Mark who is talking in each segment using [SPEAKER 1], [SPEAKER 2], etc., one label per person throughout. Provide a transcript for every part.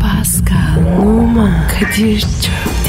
[SPEAKER 1] Pascal, Oman, Kadir çok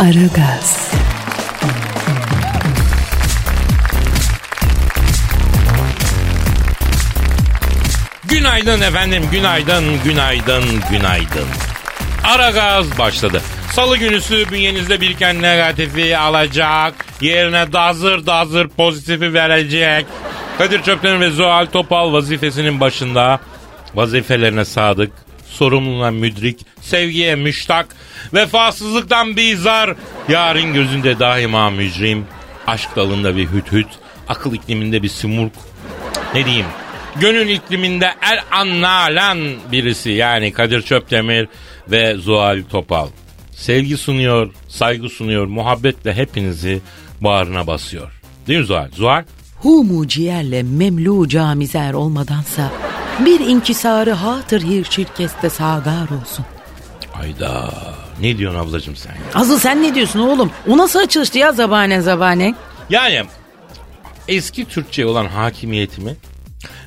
[SPEAKER 1] Aragaz,
[SPEAKER 2] Günaydın efendim, günaydın, günaydın, günaydın. Ara gaz başladı. Salı günüsü bünyenizde biriken negatifi alacak, yerine dazır dazır pozitifi verecek. Kadir Çöpten ve Zuhal Topal vazifesinin başında vazifelerine sadık, sorumluluğuna müdrik, sevgiye müştak, vefasızlıktan bizar, yarın gözünde daima mücrim, aşk dalında bir hüt hüt, akıl ikliminde bir simurg, ne diyeyim gönül ikliminde el annalan birisi yani Kadir Çöptemir ve Zuhal Topal. Sevgi sunuyor, saygı sunuyor, muhabbetle hepinizi bağrına basıyor. Değil mi Zuhal? Zuhal?
[SPEAKER 3] Humu ciğerle memlu camizer olmadansa bir inkisarı hatır hirşir keste sagar olsun.
[SPEAKER 2] Ayda ne diyorsun ablacığım sen ya?
[SPEAKER 3] Azıl sen ne diyorsun oğlum? O nasıl açılıştı ya zabane zabane?
[SPEAKER 2] Yani eski Türkçe olan hakimiyetimi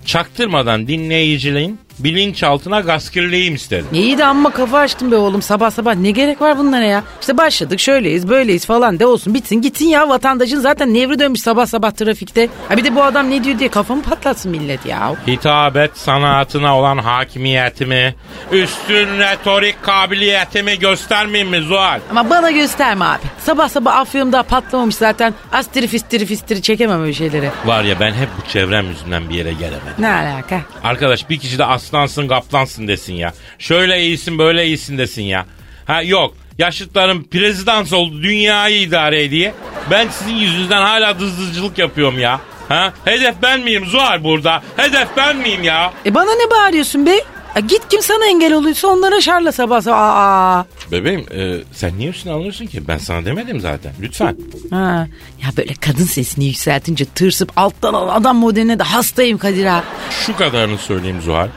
[SPEAKER 2] çaktırmadan dinleyicilerin bilinçaltına gaskirleyeyim istedim.
[SPEAKER 3] İyi de amma kafa açtın be oğlum sabah sabah ne gerek var bunlara ya? İşte başladık şöyleyiz böyleyiz falan de olsun bitsin gitsin ya vatandaşın zaten nevri dönmüş sabah sabah trafikte. Ha bir de bu adam ne diyor diye kafamı patlatsın millet ya.
[SPEAKER 2] Hitabet sanatına olan hakimiyetimi, üstün retorik kabiliyetimi göstermeyeyim mi Zuhal?
[SPEAKER 3] Ama bana gösterme abi. Sabah sabah afyonum daha patlamamış zaten. Astiri fistiri fistiri çekemem öyle şeyleri.
[SPEAKER 2] Var ya ben hep bu çevrem yüzünden bir yere gelemedim.
[SPEAKER 3] Ne alaka?
[SPEAKER 2] Arkadaş bir kişi de aslansın kaplansın desin ya. Şöyle iyisin böyle iyisin desin ya. Ha yok yaşıtlarım prezidans oldu dünyayı idare ediye. Ben sizin yüzünüzden hala dızdıcılık yapıyorum ya. Ha? Hedef ben miyim Zuhal burada? Hedef ben miyim ya?
[SPEAKER 3] E bana ne bağırıyorsun be? E git kim sana engel oluyorsa onlara şarla sabah sabah. Aa.
[SPEAKER 2] Bebeğim e, sen niye üstüne alıyorsun ki? Ben sana demedim zaten. Lütfen.
[SPEAKER 3] Ha. Ya böyle kadın sesini yükseltince tırsıp alttan al adam modeline de hastayım Kadir ha.
[SPEAKER 2] Şu kadarını söyleyeyim Zuhal.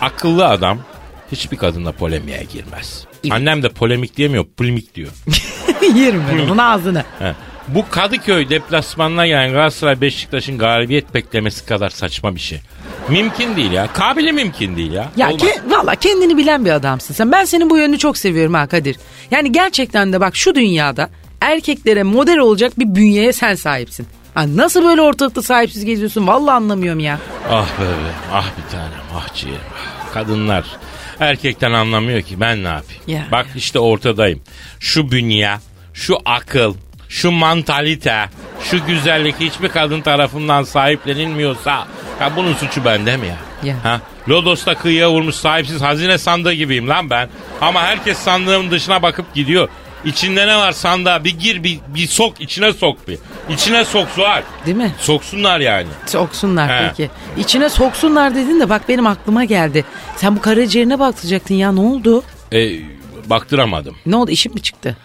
[SPEAKER 2] Akıllı adam hiçbir kadınla polemiğe girmez. Annem de polemik diyemiyor, polemik diyor.
[SPEAKER 3] Yerim ben onun ağzını.
[SPEAKER 2] He. Bu Kadıköy deplasmanına gelen Galatasaray Beşiktaş'ın galibiyet beklemesi kadar saçma bir şey. Mümkün değil ya. Kabili mümkün değil ya.
[SPEAKER 3] Ya
[SPEAKER 2] Olmaz.
[SPEAKER 3] ke- valla kendini bilen bir adamsın sen. Ben senin bu yönünü çok seviyorum ha Kadir. Yani gerçekten de bak şu dünyada erkeklere model olacak bir bünyeye sen sahipsin. Ha nasıl böyle ortalıkta sahipsiz geziyorsun valla anlamıyorum ya.
[SPEAKER 2] Ah bebe, ah bir tanem, ah ciğerim. ah. Kadınlar erkekten anlamıyor ki ben ne yapayım.
[SPEAKER 3] Ya.
[SPEAKER 2] Bak işte ortadayım. Şu bünye, şu akıl, şu mantalite, şu güzellik hiçbir kadın tarafından sahiplenilmiyorsa ya bunun suçu bende mi ya?
[SPEAKER 3] Ya.
[SPEAKER 2] Ha? Lodos'ta kıyıya vurmuş sahipsiz hazine sandığı gibiyim lan ben. Ama herkes sandığın dışına bakıp gidiyor. İçinde ne var sandığa bir gir bir, bir sok içine sok bir. İçine sok Zuhal.
[SPEAKER 3] Değil mi?
[SPEAKER 2] Soksunlar yani.
[SPEAKER 3] Soksunlar
[SPEAKER 2] He.
[SPEAKER 3] peki. İçine soksunlar dedin de bak benim aklıma geldi. Sen bu karaciğerine baktıracaktın ya ne oldu?
[SPEAKER 2] E, baktıramadım.
[SPEAKER 3] Ne oldu işim mi çıktı?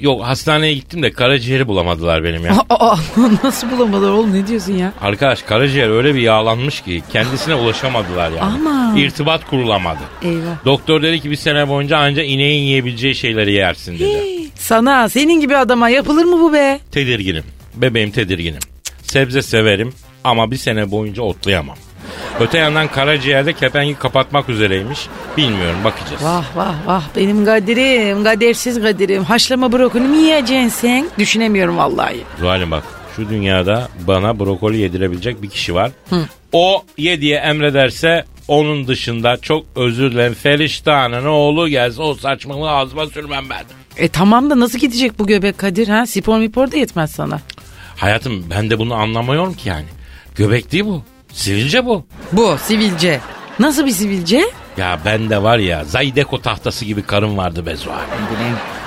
[SPEAKER 2] Yok hastaneye gittim de karaciğeri bulamadılar benim ya.
[SPEAKER 3] Aa, nasıl bulamadılar oğlum ne diyorsun ya?
[SPEAKER 2] Arkadaş karaciğer öyle bir yağlanmış ki kendisine ulaşamadılar yani.
[SPEAKER 3] Aman.
[SPEAKER 2] İrtibat kurulamadı.
[SPEAKER 3] Eyvah.
[SPEAKER 2] Doktor dedi ki bir sene boyunca anca ineğin yiyebileceği şeyleri yersin dedi.
[SPEAKER 3] Sana senin gibi adama yapılır mı bu be?
[SPEAKER 2] tedirginim. Bebeğim tedirginim. Sebze severim ama bir sene boyunca otlayamam. Öte yandan karaciğerde kepengi kapatmak üzereymiş. Bilmiyorum bakacağız.
[SPEAKER 3] Vah vah vah benim kaderim kadersiz kaderim haşlama brokoli mi yiyeceksin sen? Düşünemiyorum vallahi.
[SPEAKER 2] Zuhal'im bak şu dünyada bana brokoli yedirebilecek bir kişi var. O ye diye emrederse onun dışında çok özür dilerim Feriştah'ın oğlu gelse o saçmalığı ağzıma sürmem ben.
[SPEAKER 3] E tamam da nasıl gidecek bu göbek Kadir ha? Spor mipor da yetmez sana.
[SPEAKER 2] Hayatım ben de bunu anlamıyorum ki yani. Göbek değil bu. Sivilce bu.
[SPEAKER 3] Bu sivilce. Nasıl bir sivilce?
[SPEAKER 2] Ya bende var ya Zaydeko tahtası gibi karım vardı be Zuhal.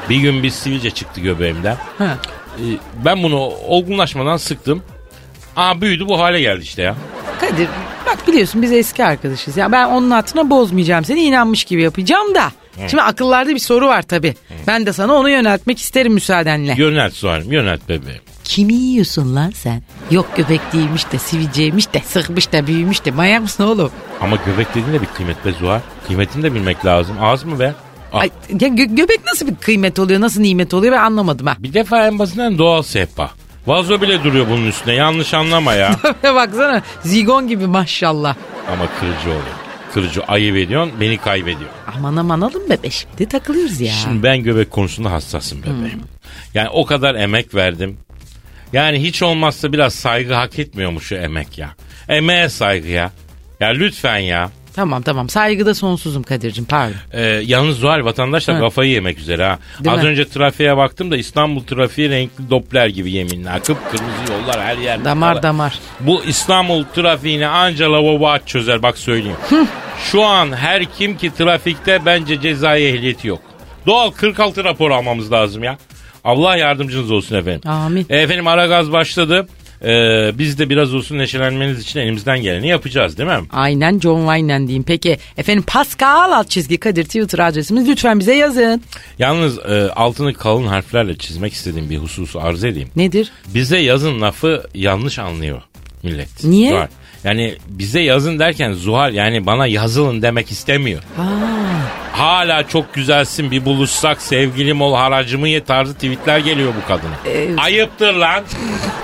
[SPEAKER 2] Bir gün bir sivilce çıktı göbeğimden.
[SPEAKER 3] Ha.
[SPEAKER 2] Ee, Ben bunu olgunlaşmadan sıktım. Aa büyüdü bu hale geldi işte ya.
[SPEAKER 3] Kadir Bak biliyorsun biz eski arkadaşız. Ya ben onun hatırına bozmayacağım seni. inanmış gibi yapacağım da. Şimdi akıllarda bir soru var tabii. Ben de sana onu yöneltmek isterim müsaadenle.
[SPEAKER 2] Yönelt Sual'im yönelt bebeğim.
[SPEAKER 3] Kimi yiyorsun lan sen? Yok göbek değilmiş de sivilceymiş de sıkmış da büyümüş de manyak mısın oğlum?
[SPEAKER 2] Ama göbek dediğin de bir kıymet be Zuhal. Kıymetini de bilmek lazım. Az mı be? Ah,
[SPEAKER 3] Ay, ya gö- göbek nasıl bir kıymet oluyor nasıl nimet oluyor ben anlamadım ha.
[SPEAKER 2] Bir defa en basitinden doğal sehpa. Vazo bile duruyor bunun üstüne. Yanlış anlama ya.
[SPEAKER 3] Baksana zigon gibi maşallah.
[SPEAKER 2] Ama kırıcı oluyor. Kırıcı ayıp ediyorsun beni kaybediyor.
[SPEAKER 3] Aman aman alın bebe şimdi takılıyoruz ya. Hmm.
[SPEAKER 2] Şimdi ben göbek konusunda hassasım bebeğim. Yani o kadar emek verdim. Yani hiç olmazsa biraz saygı hak etmiyor mu şu emek ya? Emeğe saygı ya. Ya lütfen ya.
[SPEAKER 3] Tamam tamam saygıda sonsuzum Kadir'cim pardon.
[SPEAKER 2] Ee, yalnız Zuhal vatandaşlar
[SPEAKER 3] Ha.
[SPEAKER 2] kafayı yemek üzere ha.
[SPEAKER 3] Değil
[SPEAKER 2] Az
[SPEAKER 3] mi?
[SPEAKER 2] önce trafiğe baktım da İstanbul trafiği renkli Doppler gibi yeminle. Akıp kırmızı yollar her yerde.
[SPEAKER 3] Damar
[SPEAKER 2] Vallahi.
[SPEAKER 3] damar.
[SPEAKER 2] Bu İstanbul trafiğini anca lavabo aç çözer bak söyleyeyim. Şu an her kim ki trafikte bence cezai ehliyeti yok. Doğal 46 raporu almamız lazım ya. Allah yardımcınız olsun efendim.
[SPEAKER 3] Amin.
[SPEAKER 2] E, Efendim ara gaz başladı. Ee, biz de biraz olsun neşelenmeniz için elimizden geleni yapacağız değil mi?
[SPEAKER 3] Aynen John Wayne'den diyeyim. Peki efendim Pascal alt çizgi Kadir Twitter adresimiz lütfen bize yazın.
[SPEAKER 2] Yalnız e, altını kalın harflerle çizmek istediğim bir hususu arz edeyim.
[SPEAKER 3] Nedir?
[SPEAKER 2] Bize yazın lafı yanlış anlıyor millet.
[SPEAKER 3] Niye?
[SPEAKER 2] Zuhal. Yani bize yazın derken Zuhal yani bana yazılın demek istemiyor. Hala çok güzelsin bir buluşsak sevgilim ol haracımı ye tarzı tweetler geliyor bu kadına. Ayıptır lan.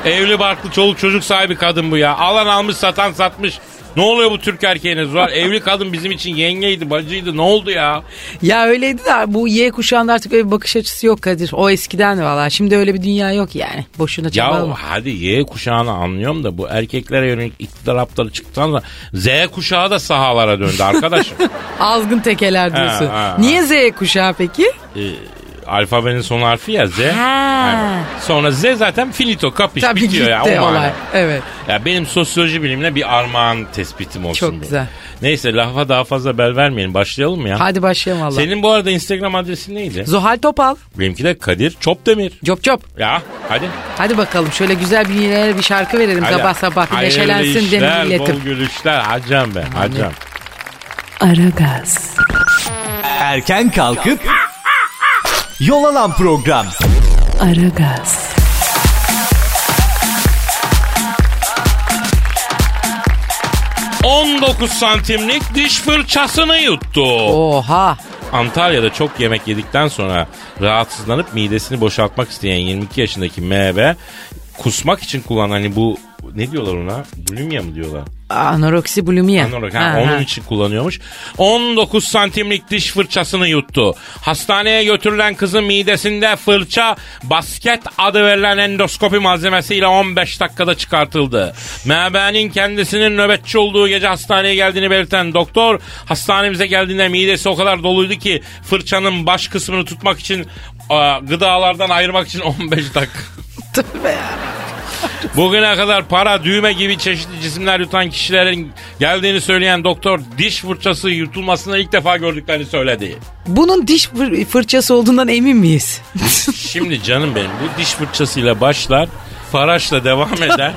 [SPEAKER 2] Evli barklı çoluk çocuk sahibi kadın bu ya. Alan almış satan satmış. Ne oluyor bu Türk erkeğine Zuhal? Evli kadın bizim için yengeydi bacıydı ne oldu ya?
[SPEAKER 3] Ya öyleydi de bu Y kuşağında artık öyle bir bakış açısı yok Kadir. O eskiden valla. Şimdi öyle bir dünya yok yani. Boşuna
[SPEAKER 2] Ya
[SPEAKER 3] çabalama.
[SPEAKER 2] hadi Y kuşağını anlıyorum da bu erkeklere yönelik iktidar hapları çıktıktan sonra Z kuşağı da sahalara döndü arkadaşım.
[SPEAKER 3] Azgın tekeler diyorsun.
[SPEAKER 2] ha, ha.
[SPEAKER 3] Niye Z kuşağı peki?
[SPEAKER 2] Alfabenin son harfi ya Z.
[SPEAKER 3] Ha.
[SPEAKER 2] Aynen. Sonra Z zaten finito kapış
[SPEAKER 3] Tabii
[SPEAKER 2] bitiyor
[SPEAKER 3] gitti
[SPEAKER 2] ya. o
[SPEAKER 3] olay.
[SPEAKER 2] manada.
[SPEAKER 3] Evet.
[SPEAKER 2] Ya benim sosyoloji bilimine bir armağan tespitim olsun.
[SPEAKER 3] Çok
[SPEAKER 2] bu.
[SPEAKER 3] güzel.
[SPEAKER 2] Neyse lafa daha fazla bel vermeyelim. Başlayalım mı ya?
[SPEAKER 3] Hadi başlayalım valla.
[SPEAKER 2] Senin bu arada Instagram adresin neydi?
[SPEAKER 3] Zuhal Topal.
[SPEAKER 2] Benimki de Kadir Çopdemir.
[SPEAKER 3] Cop cop.
[SPEAKER 2] Ya hadi.
[SPEAKER 3] Hadi bakalım şöyle güzel bir yine bir şarkı verelim
[SPEAKER 2] hadi.
[SPEAKER 3] sabah sabah. Bir
[SPEAKER 2] Hayırlı
[SPEAKER 3] neşelensin
[SPEAKER 2] işler,
[SPEAKER 3] demin milletim.
[SPEAKER 2] Bol gülüşler. Hacam be hacam.
[SPEAKER 1] Aragaz,
[SPEAKER 4] Erken kalkıp yol alan program.
[SPEAKER 1] Aragaz,
[SPEAKER 2] Evet. 19 santimlik diş fırçasını yuttu.
[SPEAKER 3] Oh. Oha.
[SPEAKER 2] Antalya'da çok yemek yedikten sonra rahatsızlanıp midesini boşaltmak isteyen 22 yaşındaki MB kusmak için kullanan hani bu ne diyorlar ona? Bulimya mı diyorlar?
[SPEAKER 3] Anoreksi bulimiye.
[SPEAKER 2] Anorak, ha, onun için kullanıyormuş. 19 santimlik diş fırçasını yuttu. Hastaneye götürülen kızın midesinde fırça basket adı verilen endoskopi malzemesiyle 15 dakikada çıkartıldı. MB'nin kendisinin nöbetçi olduğu gece hastaneye geldiğini belirten doktor hastanemize geldiğinde midesi o kadar doluydu ki fırçanın baş kısmını tutmak için e, gıdalardan ayırmak için 15 dakika. Bugüne kadar para, düğme gibi çeşitli cisimler yutan kişilerin geldiğini söyleyen doktor diş fırçası yırtılmasını ilk defa gördüklerini söyledi.
[SPEAKER 3] Bunun diş fır- fırçası olduğundan emin miyiz?
[SPEAKER 2] Şimdi canım benim bu diş fırçasıyla başlar, faraşla devam eder.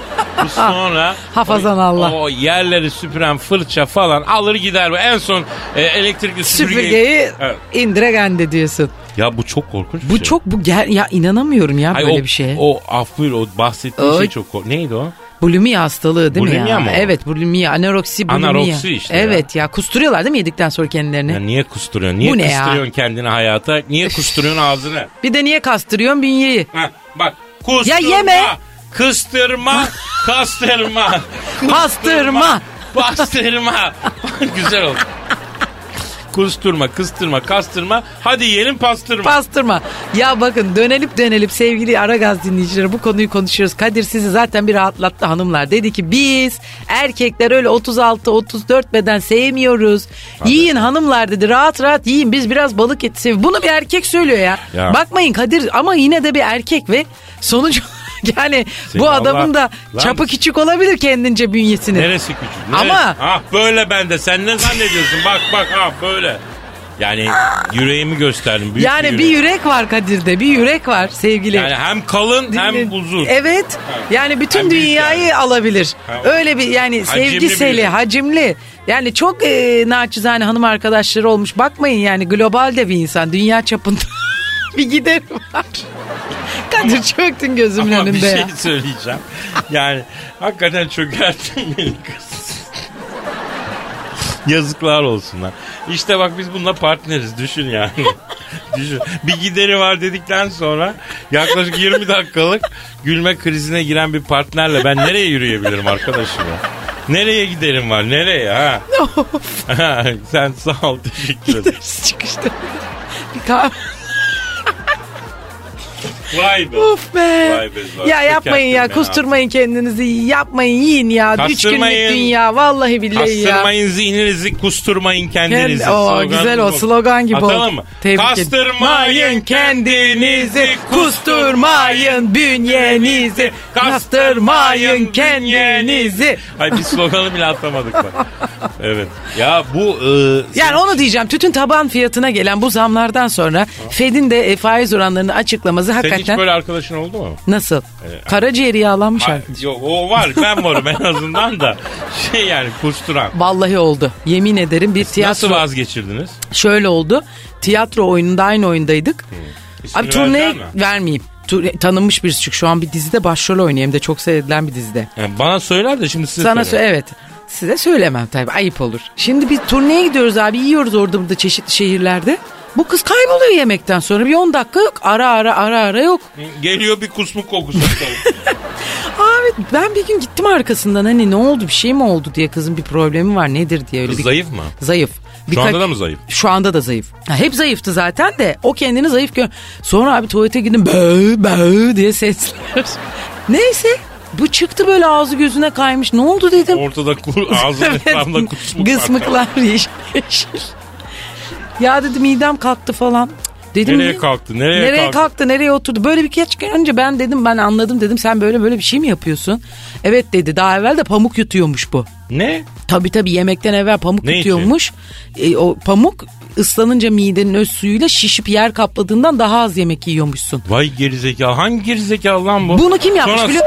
[SPEAKER 2] Bu sonra
[SPEAKER 3] Hafazan
[SPEAKER 2] o-
[SPEAKER 3] Allah.
[SPEAKER 2] O yerleri süpüren fırça falan alır gider. ve En son e, elektrikli süpürgeyi...
[SPEAKER 3] Süpürgeyi
[SPEAKER 2] Evet.
[SPEAKER 3] indiregende diyorsun.
[SPEAKER 2] Ya bu çok korkunç bir
[SPEAKER 3] Bu
[SPEAKER 2] şey.
[SPEAKER 3] çok bu gel ya inanamıyorum ya
[SPEAKER 2] Hayır,
[SPEAKER 3] böyle
[SPEAKER 2] o,
[SPEAKER 3] bir şeye.
[SPEAKER 2] O af buyur o bahsettiğin
[SPEAKER 3] Oy.
[SPEAKER 2] şey çok korkunç. Neydi o?
[SPEAKER 3] bulimiye hastalığı değil mi
[SPEAKER 2] Bulimiya
[SPEAKER 3] ya?
[SPEAKER 2] mı o?
[SPEAKER 3] Evet bulimiye, anoreksi, bulimiye.
[SPEAKER 2] Anoreksi işte ya.
[SPEAKER 3] Evet ya. kusturuyorlar değil mi yedikten sonra kendilerini?
[SPEAKER 2] Ya niye kusturuyorsun? Niye
[SPEAKER 3] Bu ne ya?
[SPEAKER 2] kusturuyorsun kendini hayata? Niye kusturuyorsun ağzını?
[SPEAKER 3] Bir de niye kastırıyorsun bünyeyi?
[SPEAKER 2] Heh, bak kusturma.
[SPEAKER 3] Ya yeme.
[SPEAKER 2] Kıstırma. Kastırma.
[SPEAKER 3] Pastırma.
[SPEAKER 2] Bastırma. Güzel oldu. Kusturma, kıstırma, kastırma. Hadi yiyelim pastırma.
[SPEAKER 3] Pastırma. Ya bakın dönelip dönelip sevgili Aragaz dinleyicileri bu konuyu konuşuyoruz. Kadir sizi zaten bir rahatlattı hanımlar. Dedi ki biz erkekler öyle 36-34 beden sevmiyoruz. Yiyin hanımlar dedi rahat rahat yiyin biz biraz balık eti seviyoruz. Bunu bir erkek söylüyor ya.
[SPEAKER 2] Ya.
[SPEAKER 3] Bakmayın Kadir ama yine de bir erkek ve sonucu yani
[SPEAKER 2] Senin
[SPEAKER 3] bu adamın
[SPEAKER 2] Allah-
[SPEAKER 3] da
[SPEAKER 2] Lan-
[SPEAKER 3] çapı küçük olabilir kendince bünyesinin.
[SPEAKER 2] Neresi küçük? neresi?
[SPEAKER 3] Ama-
[SPEAKER 2] Ah böyle bende. Sen ne zannediyorsun? bak bak ah böyle. Yani yüreğimi gösterdim. Büyük
[SPEAKER 3] Yani bir
[SPEAKER 2] yürek.
[SPEAKER 3] yürek var Kadir'de bir yürek var sevgili.
[SPEAKER 2] Yani hem kalın hem uzun.
[SPEAKER 3] Evet. Yani bütün
[SPEAKER 2] Hem büyük
[SPEAKER 3] dünyayı alabilir.
[SPEAKER 2] Ha.
[SPEAKER 3] Öyle bir yani
[SPEAKER 2] Hacimli
[SPEAKER 3] sevgiseli,
[SPEAKER 2] büyük.
[SPEAKER 3] hacimli. Yani çok e, naçizane hanım arkadaşları olmuş. Bakmayın yani globalde bir insan. Dünya çapında bir gider var. Kadir çöktün gözümün
[SPEAKER 2] Ama
[SPEAKER 3] önünde
[SPEAKER 2] bir şey
[SPEAKER 3] ya.
[SPEAKER 2] söyleyeceğim. Yani hakikaten çökertin beni kız. Yazıklar olsunlar. İşte bak biz bununla partneriz düşün yani. düşün. Bir gideri var dedikten sonra yaklaşık 20 dakikalık gülme krizine giren bir partnerle ben nereye yürüyebilirim arkadaşım ya? Nereye giderim var? Nereye ha? Ha, Sen sağ ol teşekkür ederim.
[SPEAKER 3] Ders çıkışta. Bir kahve.
[SPEAKER 2] Vay be.
[SPEAKER 3] Of be.
[SPEAKER 2] Vay be, vay.
[SPEAKER 3] ya yapmayın ya.
[SPEAKER 2] Çökerttin beni
[SPEAKER 3] Kusturmayın kendinizi. Yapmayın yiyin ya. Üç günlük
[SPEAKER 2] Kastırmayın.
[SPEAKER 3] dünya. Vallahi billahi ya.
[SPEAKER 2] Kastırmayın zihninizi, kusturmayın kendinizi.
[SPEAKER 3] Kend- Oo,
[SPEAKER 2] Slogan
[SPEAKER 3] güzel
[SPEAKER 2] bu.
[SPEAKER 3] o, slogan gibi
[SPEAKER 2] Atalım
[SPEAKER 3] oldu.
[SPEAKER 2] mı?
[SPEAKER 3] Tebrik ederim.
[SPEAKER 2] Kastırmayın kendinizi,
[SPEAKER 3] Kusturmayın bünyenizi, kastırmayın kendinizi.
[SPEAKER 2] Ay bir sloganı bile atlamadık bak. Evet. Ya bu... e,
[SPEAKER 3] Yani onu diyeceğim. Tütün taban fiyatına gelen bu zamlardan sonra Fed'in de e, faiz oranlarını açıklaması
[SPEAKER 2] senin hiç
[SPEAKER 3] hakikaten
[SPEAKER 2] böyle Ee, arkadaşın oldu mu?
[SPEAKER 3] nasıl? Karaciğeri yağlanmış
[SPEAKER 2] Ay,
[SPEAKER 3] arkadaş.
[SPEAKER 2] Yok o var ben varım en azından da şey yani kusturan.
[SPEAKER 3] Vallahi oldu. Yemin ederim bir tiyatro.
[SPEAKER 2] Nasıl vazgeçirdiniz?
[SPEAKER 3] Şöyle oldu. Tiyatro oyununda aynı oyundaydık.
[SPEAKER 2] İsmini
[SPEAKER 3] Abi turneye
[SPEAKER 2] vereceksin mi?
[SPEAKER 3] vermeyeyim. Tur- tanınmış birisi çünkü şu an bir dizide başrol oynuyor. Hem de çok seyredilen bir dizide.
[SPEAKER 2] Yani bana söyler de şimdi size
[SPEAKER 3] Sana
[SPEAKER 2] söyleyeyim.
[SPEAKER 3] sö- evet. Size söylemem tabii ayıp olur. Şimdi bir turneye gidiyoruz abi yiyoruz orada burada çeşitli şehirlerde. Bu kız kayboluyor yemekten sonra bir 10 dakika yok. Ara ara ara ara yok.
[SPEAKER 2] Geliyor bir kusmuk kokusu.
[SPEAKER 3] Abi ben bir gün gittim arkasından hani ne oldu bir şey mi oldu diye kızın bir problemi var nedir diye. Öyle
[SPEAKER 2] Kız
[SPEAKER 3] bir-
[SPEAKER 2] zayıf mı?
[SPEAKER 3] Zayıf. Birkaç-
[SPEAKER 2] anda da mı zayıf?
[SPEAKER 3] Şu anda da zayıf. Ha, hep zayıftı zaten de o kendini zayıf gör. Sonra abi tuvalete gittim böğ böğ diye sesler. Neyse bu çıktı böyle ağzı gözüne kaymış. Ne oldu dedim.
[SPEAKER 2] Ortada kur, ağzının
[SPEAKER 3] Evet.
[SPEAKER 2] etrafında kusmuk var.
[SPEAKER 3] Gısmıklar yeşil yeşil. Ya dedi midem kalktı falan. Dedim
[SPEAKER 2] Nereye
[SPEAKER 3] ne-
[SPEAKER 2] kalktı? Nereye,
[SPEAKER 3] Nereye kalktı?
[SPEAKER 2] kalktı?
[SPEAKER 3] nereye oturdu? Böyle bir kaç gün önce ben dedim ben anladım dedim sen böyle böyle bir şey mi yapıyorsun? Evet dedi daha evvel de pamuk yutuyormuş bu.
[SPEAKER 2] Ne?
[SPEAKER 3] Tabi tabi yemekten evvel pamuk
[SPEAKER 2] Ne
[SPEAKER 3] yutuyormuş. E, o pamuk ıslanınca midenin öz suyuyla şişip yer kapladığından daha az yemek yiyormuşsun.
[SPEAKER 2] Vay gerizekalı. Hangi gerizekalı lan bu?
[SPEAKER 3] Bunu kim yapmış
[SPEAKER 2] Sonra-
[SPEAKER 3] biliyor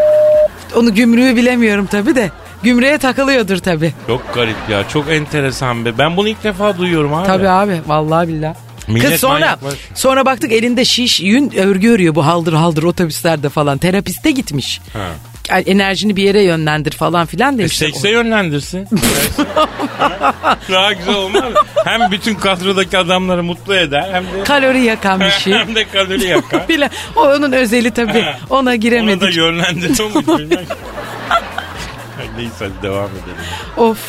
[SPEAKER 3] Onu gümrüğü bilemiyorum tabi de. Gümrüğe takılıyordur tabi.
[SPEAKER 2] Çok garip ya. Çok enteresan be. Ben bunu ilk defa duyuyorum abi.
[SPEAKER 3] Tabii abi vallahi billah.
[SPEAKER 2] Millet
[SPEAKER 3] Kız sonra
[SPEAKER 2] manyaklar.
[SPEAKER 3] sonra baktık elinde şiş yün örgü örüyor bu haldır haldır otobüslerde falan terapiste gitmiş.
[SPEAKER 2] Ha.
[SPEAKER 3] Yani enerjini bir yere yönlendir falan filan
[SPEAKER 2] E,
[SPEAKER 3] demiş.
[SPEAKER 2] sekse yönlendirsin. Ha? Daha güzel olmaz mı? Hem bütün kadrodaki adamları mutlu eder hem de
[SPEAKER 3] Kalori yakan bir şey.
[SPEAKER 2] hem de kalori yakar.
[SPEAKER 3] Bile- o onun özeli tabii.
[SPEAKER 2] Ha.
[SPEAKER 3] Ona
[SPEAKER 2] Onu da
[SPEAKER 3] giremedik.
[SPEAKER 2] yönlendirme mi bilmem. Ay, Neyse hadi devam edelim.
[SPEAKER 3] Of.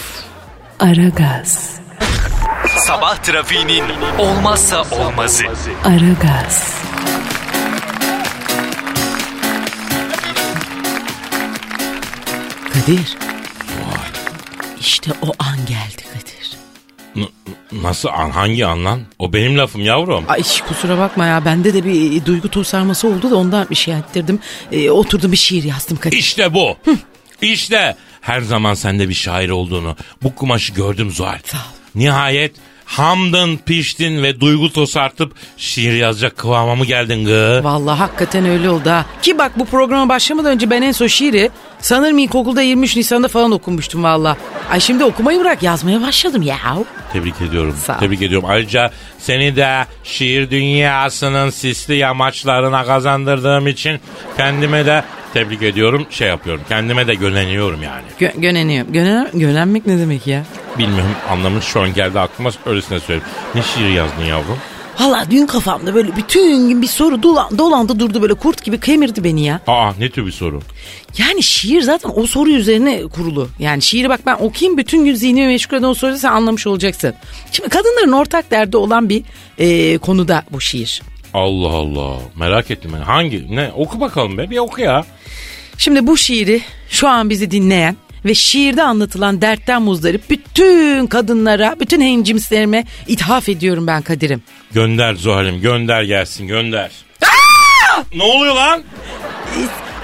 [SPEAKER 1] Aragaz,
[SPEAKER 4] Sabah trafiğinin olmazsa olmazı.
[SPEAKER 1] Aragaz,
[SPEAKER 3] Kadir. İşte o an geldi Kadir.
[SPEAKER 2] N- Nasıl an? Hangi an lan? O benim lafım yavrum.
[SPEAKER 3] Ay kusura bakma ya bende de bir e, duygu tosarması oldu da ondan bir şey ettirdim. E, oturdum bir şiir yazdım Kadir.
[SPEAKER 2] İşte bu. işte her zaman sende bir şair olduğunu bu kumaşı gördüm Zuhal.
[SPEAKER 3] Sağ ol.
[SPEAKER 2] Nihayet hamdın, piştin ve duygu tosartıp şiir yazacak kıvama mı geldin gı?
[SPEAKER 3] Vallahi hakikaten öyle oldu ha. Ki bak bu programa başlamadan önce ben en son şiiri sanırım ilkokulda 23 Nisan'da falan okumuştum valla. Ay şimdi okumayı bırak yazmaya başladım ya.
[SPEAKER 2] Tebrik ediyorum.
[SPEAKER 3] Sağ ol.
[SPEAKER 2] Tebrik ediyorum. Ayrıca seni de şiir dünyasının sisli yamaçlarına kazandırdığım için kendime de tebrik ediyorum. Şey yapıyorum. Kendime de gönleniyorum yani.
[SPEAKER 3] Gö- göneniyorum. Gönen- gönenmek ne demek ya?
[SPEAKER 2] Bilmiyorum anlamı şu an geldi aklıma öylesine söyleyeyim. Ne şiir yazdın yavrum?
[SPEAKER 3] Valla dün kafamda böyle bütün gün bir soru dolan, dolandı durdu böyle kurt gibi kemirdi beni ya.
[SPEAKER 2] Aa ne tür bir soru?
[SPEAKER 3] Yani şiir zaten o soru üzerine kurulu. Yani şiiri bak ben okuyayım bütün gün zihnimi meşgul eden o soruyu sen anlamış olacaksın. Şimdi kadınların ortak derdi olan bir e, konuda bu şiir.
[SPEAKER 2] Allah Allah. Merak ettim ben. Hangi? Ne? Oku bakalım be. Bir oku ya.
[SPEAKER 3] Şimdi bu şiiri şu an bizi dinleyen ve şiirde anlatılan dertten muzdarip bütün kadınlara, bütün hencimslerime ithaf ediyorum ben Kadir'im.
[SPEAKER 2] Gönder Zuhal'im. Gönder gelsin. Gönder. ne oluyor lan?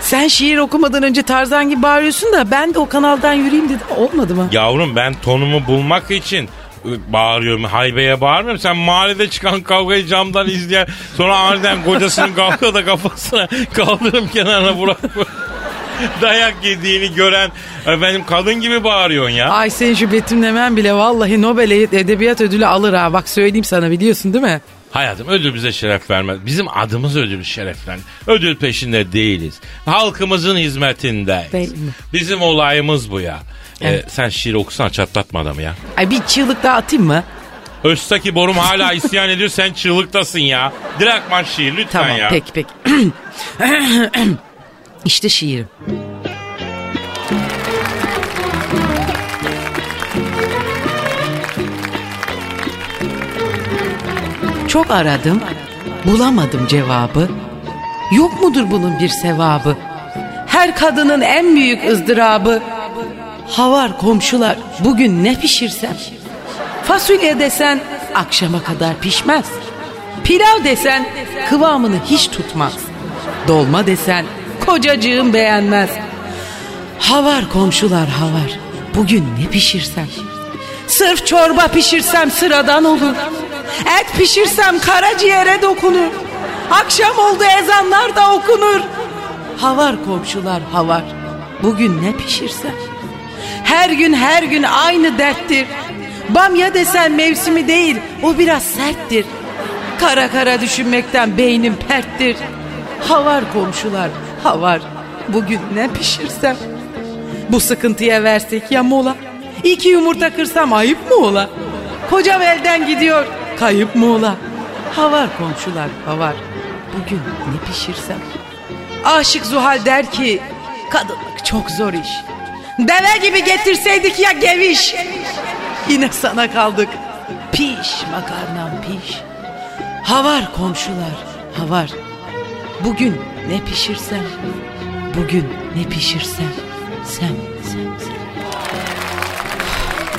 [SPEAKER 3] Sen şiir okumadan önce Tarzan gibi bağırıyorsun da ben de o kanaldan yürüyeyim dedim. Olmadı mı?
[SPEAKER 2] Yavrum ben tonumu bulmak için ıı, bağırıyorum. Haybe'ye bağırmıyorum. Sen mahallede çıkan kavgayı camdan izleyen sonra aniden kocasının kavgada kafasına kaldırım kenarına bırakma. Dayak yediğini gören efendim kadın gibi bağırıyorsun ya.
[SPEAKER 3] Ay senin şu betimlemen bile vallahi Nobel Edebiyat Ödülü alır ha. Bak söyleyeyim sana biliyorsun değil mi?
[SPEAKER 2] Hayatım ödül bize şeref vermez. Bizim adımız ödül şereflendi. Ödül peşinde değiliz. Halkımızın hizmetinde.
[SPEAKER 3] Değil mi?
[SPEAKER 2] Bizim olayımız bu ya. Ee, sen şiir okusana çatlatma adamı ya.
[SPEAKER 3] Ay bir çığlık daha atayım mı?
[SPEAKER 2] Öztaki Borum hala isyan ediyor sen çığlıktasın ya. Drakman şiir lütfen
[SPEAKER 3] Tamam
[SPEAKER 2] ya.
[SPEAKER 3] peki peki. işte şiirim. Çok aradım, bulamadım cevabı. Yok mudur bunun bir sevabı? Her kadının en büyük ızdırabı. Havar komşular bugün ne pişirsem? Fasulye desen akşama kadar pişmez. Pilav desen kıvamını hiç tutmaz. Dolma desen kocacığım beğenmez. Havar komşular havar. Bugün ne pişirsem? Sırf çorba pişirsem sıradan olur. Et pişirsem karaciğere dokunur. Akşam oldu ezanlar da okunur. Havar komşular havar. Bugün ne pişirsem? Her gün her gün aynı derttir. Bamya desen mevsimi değil, o biraz serttir. Kara kara düşünmekten beynim perttir. Havar komşular, havar. Bugün ne pişirsem? Bu sıkıntıya versek ya mola? İki yumurta kırsam ayıp mı ola? Kocam elden gidiyor, kayıp mı ola? Havar komşular, havar. Bugün ne pişirsem? Aşık Zuhal der ki kadınlık çok zor iş. Deve gibi getirseydik ya geviş. Yine sana kaldık. Piş makarnam piş. Havar komşular havar. Bugün ne pişirsem. Bugün ne pişirsem. Sen sen sen.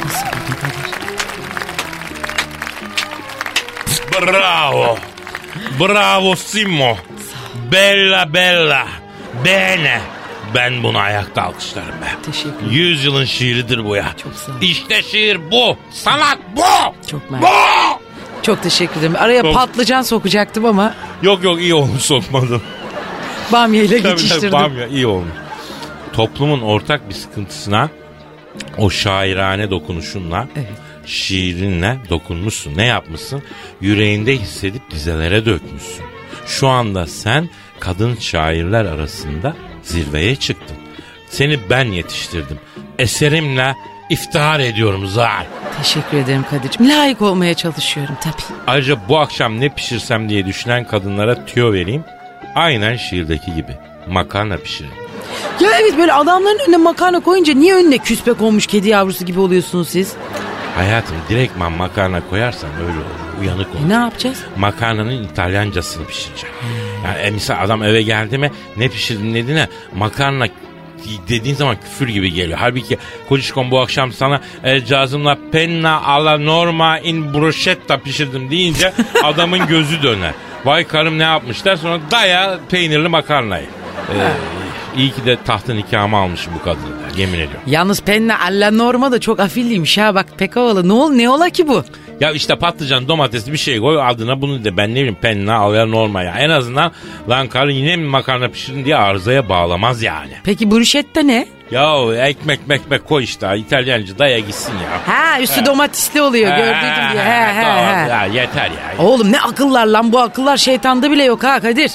[SPEAKER 3] Nasıl bir kadar?
[SPEAKER 2] Bravo. Bravo Simo. Bella bella. Bene. Ben bunu ayakta alkışlarım be.
[SPEAKER 3] Teşekkür ederim.
[SPEAKER 2] Yüzyılın şiiridir bu ya.
[SPEAKER 3] Çok sağ ol.
[SPEAKER 2] İşte şiir bu. Sanat bu.
[SPEAKER 3] Çok mersi.
[SPEAKER 2] Bu.
[SPEAKER 3] Çok teşekkür ederim. Araya
[SPEAKER 2] Çok-
[SPEAKER 3] patlıcan sokacaktım ama
[SPEAKER 2] Yok yok iyi olmuş sokmadın.
[SPEAKER 3] bamya ile
[SPEAKER 2] Tabii tabii
[SPEAKER 3] geçiştirdim.
[SPEAKER 2] bamya iyi olmuş. Toplumun ortak bir sıkıntısına o şairane dokunuşunla
[SPEAKER 3] Evet.
[SPEAKER 2] şiirinle dokunmuşsun. Ne yapmışsın? Yüreğinde hissedip dizelere dökmüşsün. Şu anda sen kadın şairler arasında zirveye çıktın. Seni ben yetiştirdim. Eserimle iftihar ediyorum zar.
[SPEAKER 3] Teşekkür ederim Kadir'cim. Layık olmaya çalışıyorum tabii.
[SPEAKER 2] Ayrıca bu akşam ne pişirsem diye düşünen kadınlara tüyo vereyim. Aynen şiirdeki gibi. Makarna pişirin.
[SPEAKER 3] Ya evet böyle adamların önüne makarna koyunca niye önüne küspek olmuş kedi yavrusu gibi oluyorsunuz siz?
[SPEAKER 2] Hayatım direktman makarna koyarsan öyle olur. Uyanık olur.
[SPEAKER 3] E, ne yapacağız?
[SPEAKER 2] Makarnanın İtalyancasını pişireceğim. Yani e, misal adam eve geldi mi ne pişirdin dediğine makarna dediğin zaman küfür gibi geliyor. Halbuki kocişkom bu akşam sana e, cazımla penna alla norma in bruschetta pişirdim deyince adamın gözü döner. Vay karım ne yapmışlar sonra daya peynirli makarnayı. E, iyi ki de tahtın nikahımı almışım bu kadını. Yemin ediyorum.
[SPEAKER 3] Yalnız penne alla norma da çok afilliymiş ha bak pek havalı. Ne ol ne ola ki bu?
[SPEAKER 2] Ya işte patlıcan domatesli bir şey koy adına bunu de ben ne bileyim penna alya norma ya. En azından lan karın yine mi makarna pişirin diye arızaya bağlamaz yani.
[SPEAKER 3] Peki bruschetta ne?
[SPEAKER 2] Ya ekmek mekmek koy işte İtalyancı daya gitsin ya.
[SPEAKER 3] Ha üstü domatesli oluyor gördüydüm diye. He he
[SPEAKER 2] Tamam,
[SPEAKER 3] he.
[SPEAKER 2] Ya yeter ya.
[SPEAKER 3] Oğlum ne akıllar lan bu akıllar şeytanda bile yok ha Kadir.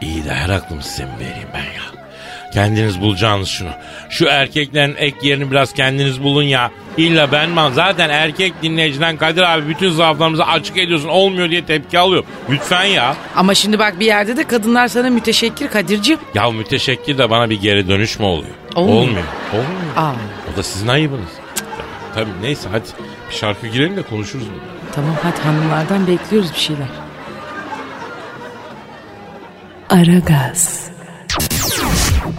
[SPEAKER 2] İyi de her aklımı size mi vereyim ben ya? Kendiniz bulacağınız şunu. Şu erkeklerin ek yerini biraz kendiniz bulun ya. İlla ben mi? Zaten erkek dinleyiciden Kadir abi bütün zaaflarımızı açık ediyorsun. Olmuyor diye tepki alıyorum. Lütfen ya.
[SPEAKER 3] Ama şimdi bak bir yerde de kadınlar sana müteşekkir Kadir'cim.
[SPEAKER 2] Ya müteşekkir de bana bir geri dönüş mü oluyor?
[SPEAKER 3] Olmuyor.
[SPEAKER 2] Olmuyor. Olmuyor.
[SPEAKER 3] Aa
[SPEAKER 2] O da sizin ayıbınız. Cık, Tabii neyse hadi bir şarkı girelim de konuşuruz bunu.
[SPEAKER 3] tamam hadi hanımlardan bekliyoruz bir şeyler.
[SPEAKER 1] Aragaz,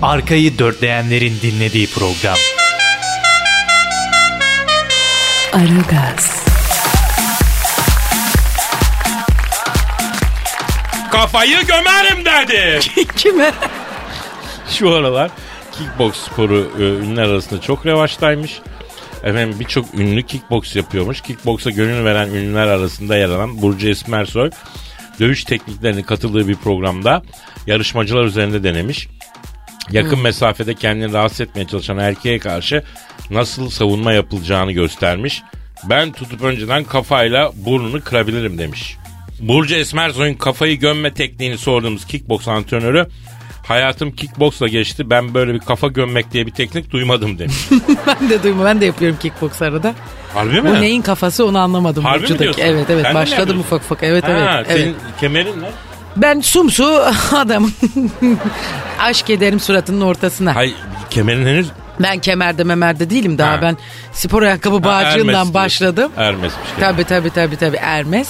[SPEAKER 4] Arkayı dörtleyenlerin dinlediği program.
[SPEAKER 1] Aragaz,
[SPEAKER 2] Kafayı gömerim dedi.
[SPEAKER 3] Kime?
[SPEAKER 2] Şu aralar kickbox sporu e, ünlüler arasında çok revaçtaymış. Efendim birçok ünlü kickboks yapıyormuş. Kickboksa gönül veren ünlüler arasında yer alan Burcu Esmersoy dövüş tekniklerini katıldığı bir programda yarışmacılar üzerinde denemiş. Yakın mesafede kendini rahatsız etmeye çalışan erkeğe karşı nasıl savunma yapılacağını göstermiş. Ben tutup önceden kafayla burnunu kırabilirim demiş. Burcu Esmersoy'un kafayı gömme tekniğini sorduğumuz kickboks antrenörü hayatım kickboksla geçti ben böyle bir kafa gömmek diye bir teknik duymadım demiş.
[SPEAKER 3] ben de duyma ben de yapıyorum kickbox arada.
[SPEAKER 2] Harbi mi?
[SPEAKER 3] Bu neyin kafası onu anlamadım.
[SPEAKER 2] Harbi mi
[SPEAKER 3] Burcu'daki.
[SPEAKER 2] diyorsun?
[SPEAKER 3] Evet evet
[SPEAKER 2] Kendin mi
[SPEAKER 3] başladım
[SPEAKER 2] yapıyorsun?
[SPEAKER 3] ufak ufak evet
[SPEAKER 2] Ha,
[SPEAKER 3] evet.
[SPEAKER 2] senin
[SPEAKER 3] evet.
[SPEAKER 2] kemerin ne?
[SPEAKER 3] Ben sumsu adamım. Aşk ederim suratının ortasına.
[SPEAKER 2] Hayır kemerin henüz
[SPEAKER 3] Ben kemerde memerde değilim daha
[SPEAKER 2] Ha.
[SPEAKER 3] ben spor ayakkabı
[SPEAKER 2] Hermes diyorsun.
[SPEAKER 3] bağcığından başladım.
[SPEAKER 2] Hermesmiş. kemer.
[SPEAKER 3] Tabii tabii tabii tabii Ermes.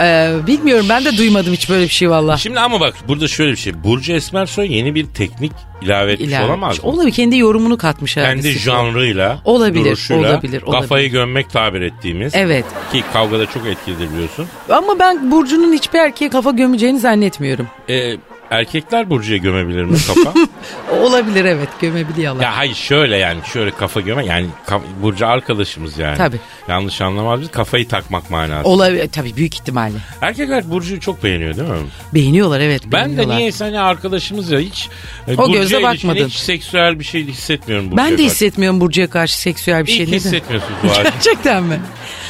[SPEAKER 3] Ee, bilmiyorum ben de duymadım hiç böyle bir şey valla.
[SPEAKER 2] Şimdi ama bak burada şöyle bir şey. Burcu Esmersoy yeni bir teknik ilave etmiş
[SPEAKER 3] İlave
[SPEAKER 2] şey olamaz
[SPEAKER 3] etmiş.
[SPEAKER 2] mı?
[SPEAKER 3] Olabilir kendi yorumunu katmış herhalde.
[SPEAKER 2] Kendi
[SPEAKER 3] spor.
[SPEAKER 2] janrıyla,
[SPEAKER 3] Olabilir,
[SPEAKER 2] duruşuyla,
[SPEAKER 3] olabilir, olabilir.
[SPEAKER 2] kafayı gömmek tabir ettiğimiz.
[SPEAKER 3] Evet.
[SPEAKER 2] Ki kavgada çok etkilidir biliyorsun.
[SPEAKER 3] Ama ben Burcu'nun hiçbir erkeğe kafa gömeceğini zannetmiyorum.
[SPEAKER 2] Ee, erkekler Burcu'ya gömebilir mi kafa?
[SPEAKER 3] Olabilir evet gömebiliyorlar.
[SPEAKER 2] ya hayır şöyle yani şöyle kafa göme yani ka- Burcu arkadaşımız yani.
[SPEAKER 3] Tabii.
[SPEAKER 2] Yanlış anlamaz biz kafayı takmak manası.
[SPEAKER 3] Olabilir tabii büyük ihtimalle.
[SPEAKER 2] Erkekler Burcu'yu çok beğeniyor değil mi?
[SPEAKER 3] Beğeniyorlar evet
[SPEAKER 2] Ben de
[SPEAKER 3] beğeniyorlar.
[SPEAKER 2] niyeyse hani arkadaşımız ya hiç e,
[SPEAKER 3] O
[SPEAKER 2] Burcu'ya
[SPEAKER 3] gözle
[SPEAKER 2] ilişkin
[SPEAKER 3] bakmadın.
[SPEAKER 2] Hiç seksüel bir şey hissetmiyorum Burcu'ya
[SPEAKER 3] Ben de
[SPEAKER 2] karşı.
[SPEAKER 3] hissetmiyorum Burcu'ya karşı seksüel bir şey.
[SPEAKER 2] İlk
[SPEAKER 3] neden?
[SPEAKER 2] hissetmiyorsun Zuhal'cığım.
[SPEAKER 3] Gerçekten mi?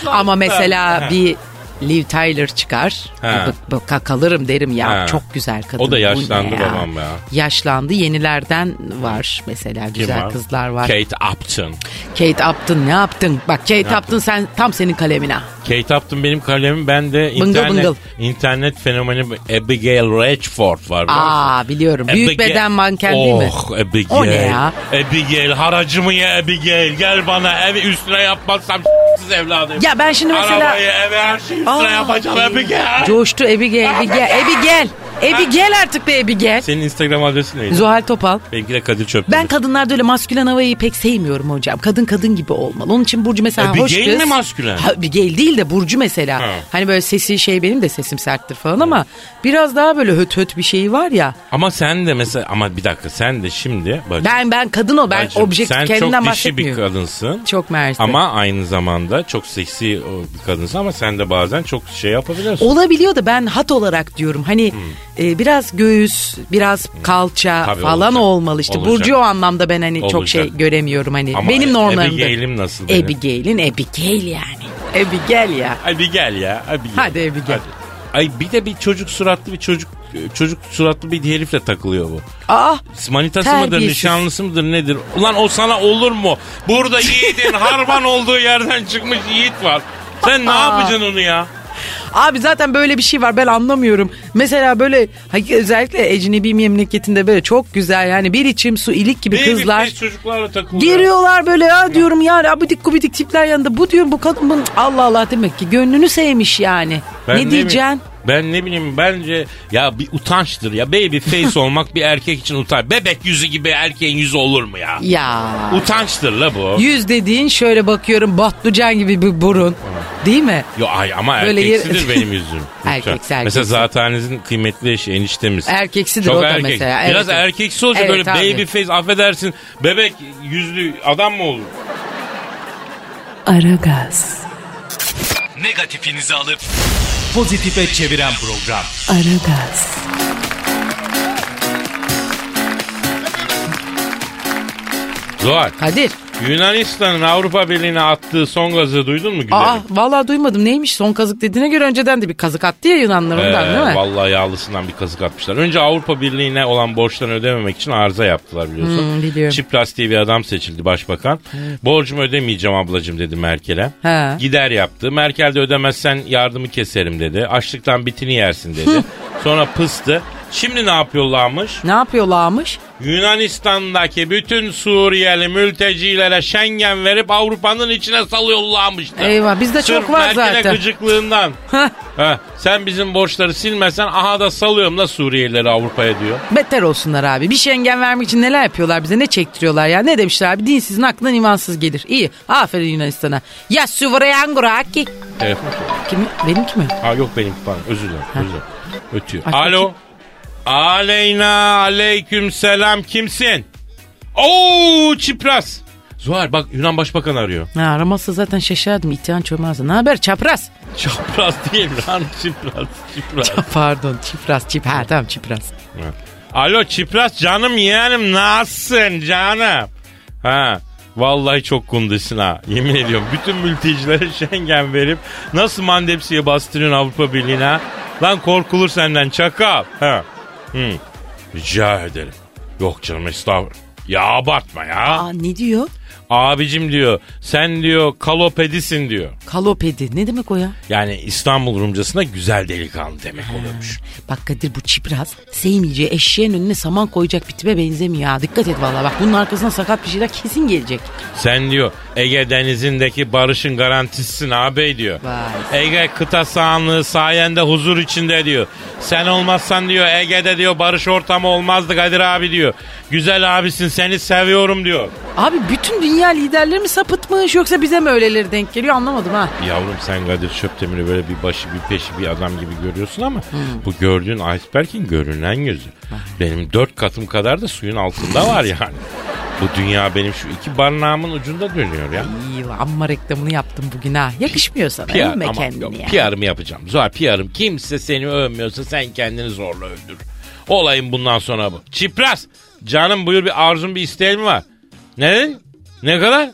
[SPEAKER 3] Ama mesela bir Liv Tyler çıkar.
[SPEAKER 2] Ha.
[SPEAKER 3] Bak- bak- kalırım derim ya
[SPEAKER 2] Ha.
[SPEAKER 3] çok güzel kadın.
[SPEAKER 2] O da
[SPEAKER 3] bu ne
[SPEAKER 2] yaşlandı babam ya.
[SPEAKER 3] Yaşlandı yenilerden var mesela
[SPEAKER 2] Kim
[SPEAKER 3] güzel
[SPEAKER 2] var?
[SPEAKER 3] kızlar var. Kate.
[SPEAKER 2] Kate Upton.
[SPEAKER 3] Upton ne yaptın? Bak Kate Upton sen tam senin kalemine.
[SPEAKER 2] Kate Upton benim kalemim. Ben de
[SPEAKER 3] Bıngıl
[SPEAKER 2] internet,
[SPEAKER 3] bıngıl.
[SPEAKER 2] internet fenomeni Abigail Redford var. biliyor musun?
[SPEAKER 3] Aa biliyorum. Büyük
[SPEAKER 2] Abigail-
[SPEAKER 3] beden manken
[SPEAKER 2] oh,
[SPEAKER 3] değil mi?
[SPEAKER 2] Abigail.
[SPEAKER 3] O ne ya?
[SPEAKER 2] Abigail haracımı ye Abigail. Gel bana evi üstüne yapmazsam siz evladım.
[SPEAKER 3] Ya ben şimdi mesela...
[SPEAKER 2] Arabayı evi her şeyi üstüne
[SPEAKER 3] Aa,
[SPEAKER 2] yapacağım Abigail.
[SPEAKER 3] Coştu Abigail. Abigail. Abigail. Abigail artık be Abigail.
[SPEAKER 2] Senin Instagram adresin neydi?
[SPEAKER 3] Zuhal Topal.
[SPEAKER 2] Benimki de Kadir Çöp.
[SPEAKER 3] Ben kadınlarda öyle maskülen havayı pek sevmiyorum hocam. Kadın kadın gibi olmalı. Onun için Burcu mesela
[SPEAKER 2] Abigail
[SPEAKER 3] hoş kız.
[SPEAKER 2] mi maskülen?
[SPEAKER 3] Ha, Abigail değil de Burcu mesela.
[SPEAKER 2] Ha.
[SPEAKER 3] Hani böyle sesi şey benim de sesim serttir falan ama biraz daha böyle höt höt bir şeyi var ya.
[SPEAKER 2] Ama sen de mesela ama bir dakika sen de şimdi bak.
[SPEAKER 3] Ben ben kadın o ben
[SPEAKER 2] Bacım,
[SPEAKER 3] objektif
[SPEAKER 2] sen
[SPEAKER 3] kendimden
[SPEAKER 2] çok dişi bir
[SPEAKER 3] bahsetmiyorum.
[SPEAKER 2] kadınsın.
[SPEAKER 3] Çok mersi.
[SPEAKER 2] Ama aynı zamanda çok seksi o, bir kadınsın ama sen de bazen çok şey yapabiliyorsun.
[SPEAKER 3] Olabiliyor da ben hat olarak diyorum. Hani
[SPEAKER 2] Hmm.
[SPEAKER 3] e, biraz göğüs, biraz kalça
[SPEAKER 2] Tabii,
[SPEAKER 3] falan
[SPEAKER 2] olacak.
[SPEAKER 3] olmalı işte.
[SPEAKER 2] Olacak.
[SPEAKER 3] Burcu o anlamda ben hani çok
[SPEAKER 2] Olacak.
[SPEAKER 3] şey göremiyorum hani.
[SPEAKER 2] Ama
[SPEAKER 3] benim
[SPEAKER 2] e-
[SPEAKER 3] normlarımda.
[SPEAKER 2] Abigail'im nasıl benim?
[SPEAKER 3] Abigail'in Abigail yani. Abigail ya.
[SPEAKER 2] Abi gel ya. Abi gel.
[SPEAKER 3] Hadi abi gel.
[SPEAKER 2] Ay bir de bir çocuk suratlı bir çocuk e, çocuk suratlı bir herifle takılıyor bu.
[SPEAKER 3] Aa
[SPEAKER 2] Manitası mıdır,
[SPEAKER 3] Terbiyesiz.
[SPEAKER 2] nişanlısı mıdır nedir? Ulan o sana olur mu? Burada yiğidin harman olduğu yerden çıkmış yiğit var. Sen ne yapacaksın onu ya?
[SPEAKER 3] Abi zaten böyle bir şey var ben anlamıyorum. Mesela böyle hakik- özellikle ecnebi memleketinde böyle çok güzel yani bir içim su ilik gibi
[SPEAKER 2] Baby
[SPEAKER 3] kızlar.
[SPEAKER 2] face çocuklarla takılıyor.
[SPEAKER 3] Geliyorlar böyle ya diyorum yani abidik gubidik tipler yanında bu diyorum bu kadın bunun Allah Allah demek ki gönlünü sevmiş yani.
[SPEAKER 2] Ben
[SPEAKER 3] ne
[SPEAKER 2] bi-
[SPEAKER 3] diyeceksin?
[SPEAKER 2] Ben ne bileyim bence ya bir utançtır ya. Baby face olmak bir erkek için utanç. Bebek yüzü gibi erkeğin yüzü olur mu ya?
[SPEAKER 3] Ya
[SPEAKER 2] Utançtır la bu.
[SPEAKER 3] yüz dediğin şöyle bakıyorum Batlıcan gibi bir burun değil mi?
[SPEAKER 2] Yo, ay ama
[SPEAKER 3] Böyle yer-
[SPEAKER 2] erkeksidir benim yüzüm. Lütfen.
[SPEAKER 3] Erkeksi, erkeksi.
[SPEAKER 2] Mesela zatenizin kıymetli eşi eniştemiz.
[SPEAKER 3] Erkeksidir
[SPEAKER 2] Çok
[SPEAKER 3] o da
[SPEAKER 2] erkek.
[SPEAKER 3] Er- mesela, evet.
[SPEAKER 2] Biraz erkeksi olacak
[SPEAKER 3] Evet,
[SPEAKER 2] böyle
[SPEAKER 3] abi.
[SPEAKER 2] baby face affedersin. Bebek yüzlü adam mı olur?
[SPEAKER 1] Aragaz,
[SPEAKER 4] Negatifinizi alıp pozitife çeviren program.
[SPEAKER 1] Aragaz,
[SPEAKER 2] Zuhal.
[SPEAKER 3] Kadir.
[SPEAKER 2] Yunanistan'ın Avrupa Birliği'ne attığı son gazı duydun mu? Gülerim?
[SPEAKER 3] Aa vallahi duymadım neymiş son kazık dediğine göre önceden de bir kazık attı ya Yunanlar ondan
[SPEAKER 2] Ee,
[SPEAKER 3] değil mi?
[SPEAKER 2] Vallahi yağlısından bir kazık atmışlar. Önce Avrupa Birliği'ne olan borçlarını ödememek için arıza yaptılar biliyorsun.
[SPEAKER 3] Hmm, biliyorum.
[SPEAKER 2] Çipras diye bir adam seçildi başbakan. Borcumu ödemeyeceğim ablacığım dedi Merkel'e.
[SPEAKER 3] He.
[SPEAKER 2] Gider yaptı. Merkel de ödemezsen yardımı keserim dedi. Açlıktan bitini yersin dedi. Sonra pıstı. Şimdi ne yapıyorlarmış?
[SPEAKER 3] Ne yapıyorlarmış?
[SPEAKER 2] Yunanistan'daki bütün Suriyeli mültecilere Schengen verip Avrupa'nın içine salıyorlarmıştı.
[SPEAKER 3] Eyvah, bizde
[SPEAKER 2] Sırf
[SPEAKER 3] çok var
[SPEAKER 2] Merkel'e
[SPEAKER 3] zaten.
[SPEAKER 2] gıcıklığından. Ha, sen bizim borçları silmesen aha da salıyorum da Suriyelileri Avrupa'ya diyor.
[SPEAKER 3] Beter olsunlar abi. Bir şengen vermek için neler yapıyorlar bize? Ne çektiriyorlar ya? Ne demişler abi? Dinsizin aklından imansız gelir. İyi. Aferin Yunanistan'a. Ya suvrayanguraki.
[SPEAKER 2] Evet.
[SPEAKER 3] Kim? Benimki mi?
[SPEAKER 2] Ha yok benim pardon özür dilerim. Özür dilerim. Ötüyor.
[SPEAKER 3] Aç
[SPEAKER 2] Alo.
[SPEAKER 3] bakayım.
[SPEAKER 2] Aleyna aleyküm selam kimsin? Oo Çipras. Zuhal bak Yunan Başbakanı arıyor.
[SPEAKER 3] Ha, aramazsa zaten şaşardım. İtihan çömezdi. Ne haber çapraz?
[SPEAKER 2] Çapraz değil lan çipraz çipraz.
[SPEAKER 3] Pardon çipraz çip. Ha tamam çipraz.
[SPEAKER 2] Alo Çipras canım yeğenim nasılsın canım? Ha vallahi çok kundusun ha yemin ediyorum. Bütün mültecilere Schengen verip nasıl mandepsiye bastırıyorsun Avrupa Birliği'ne ha? Lan korkulur senden çakal. Ha. Hı. Rica ederim. Yok canım estağfurullah. Ya abartma ya.
[SPEAKER 3] Aa ne diyor?
[SPEAKER 2] Abicim diyor sen diyor kalopedisin diyor.
[SPEAKER 3] Kalopedi. Ne demek o ya?
[SPEAKER 2] Yani İstanbul Rumcasına güzel delikanlı demek oluyormuş.
[SPEAKER 3] Bak Kadir bu çipraz sevmeyeceği eşeğin önüne saman koyacak bir tipe benzemiyor ha. Dikkat et valla bak bunun arkasına sakat bir şeyler kesin gelecek.
[SPEAKER 2] Sen diyor Ege denizindeki barışın garantisisin ağabey diyor.
[SPEAKER 3] Vay.
[SPEAKER 2] Ege kıta sahanlığı sayende huzur içinde diyor. Sen olmazsan diyor Ege'de diyor barış ortamı olmazdı Kadir abi diyor. Güzel abisin seni seviyorum diyor.
[SPEAKER 3] Abi bütün dünya liderleri mi sapıtmış yoksa bize mi öyleleri denk geliyor anlamadım ha.
[SPEAKER 2] Yavrum sen Kadir Şöptemir'i böyle bir başı bir peşi bir adam gibi görüyorsun ama bu gördüğün iceberg'in görünen yüzü. Benim dört katım kadar da suyun altında var yani. Bu dünya benim şu iki barnağımın ucunda dönüyor ya.
[SPEAKER 3] İyi amma reklamını yaptım bugün ha. Yakışmıyor sana.
[SPEAKER 2] PR,
[SPEAKER 3] Övme
[SPEAKER 2] ama
[SPEAKER 3] kendini
[SPEAKER 2] yok,
[SPEAKER 3] ya.
[SPEAKER 2] PR'ımı yapacağım. Zuhal PR'ım kimse seni övmüyorsa sen kendini zorla öldür. Olayım bundan sonra bu. Çipras. Canım buyur bir arzun bir isteğin mi var? Ne dedin? Ne kadar?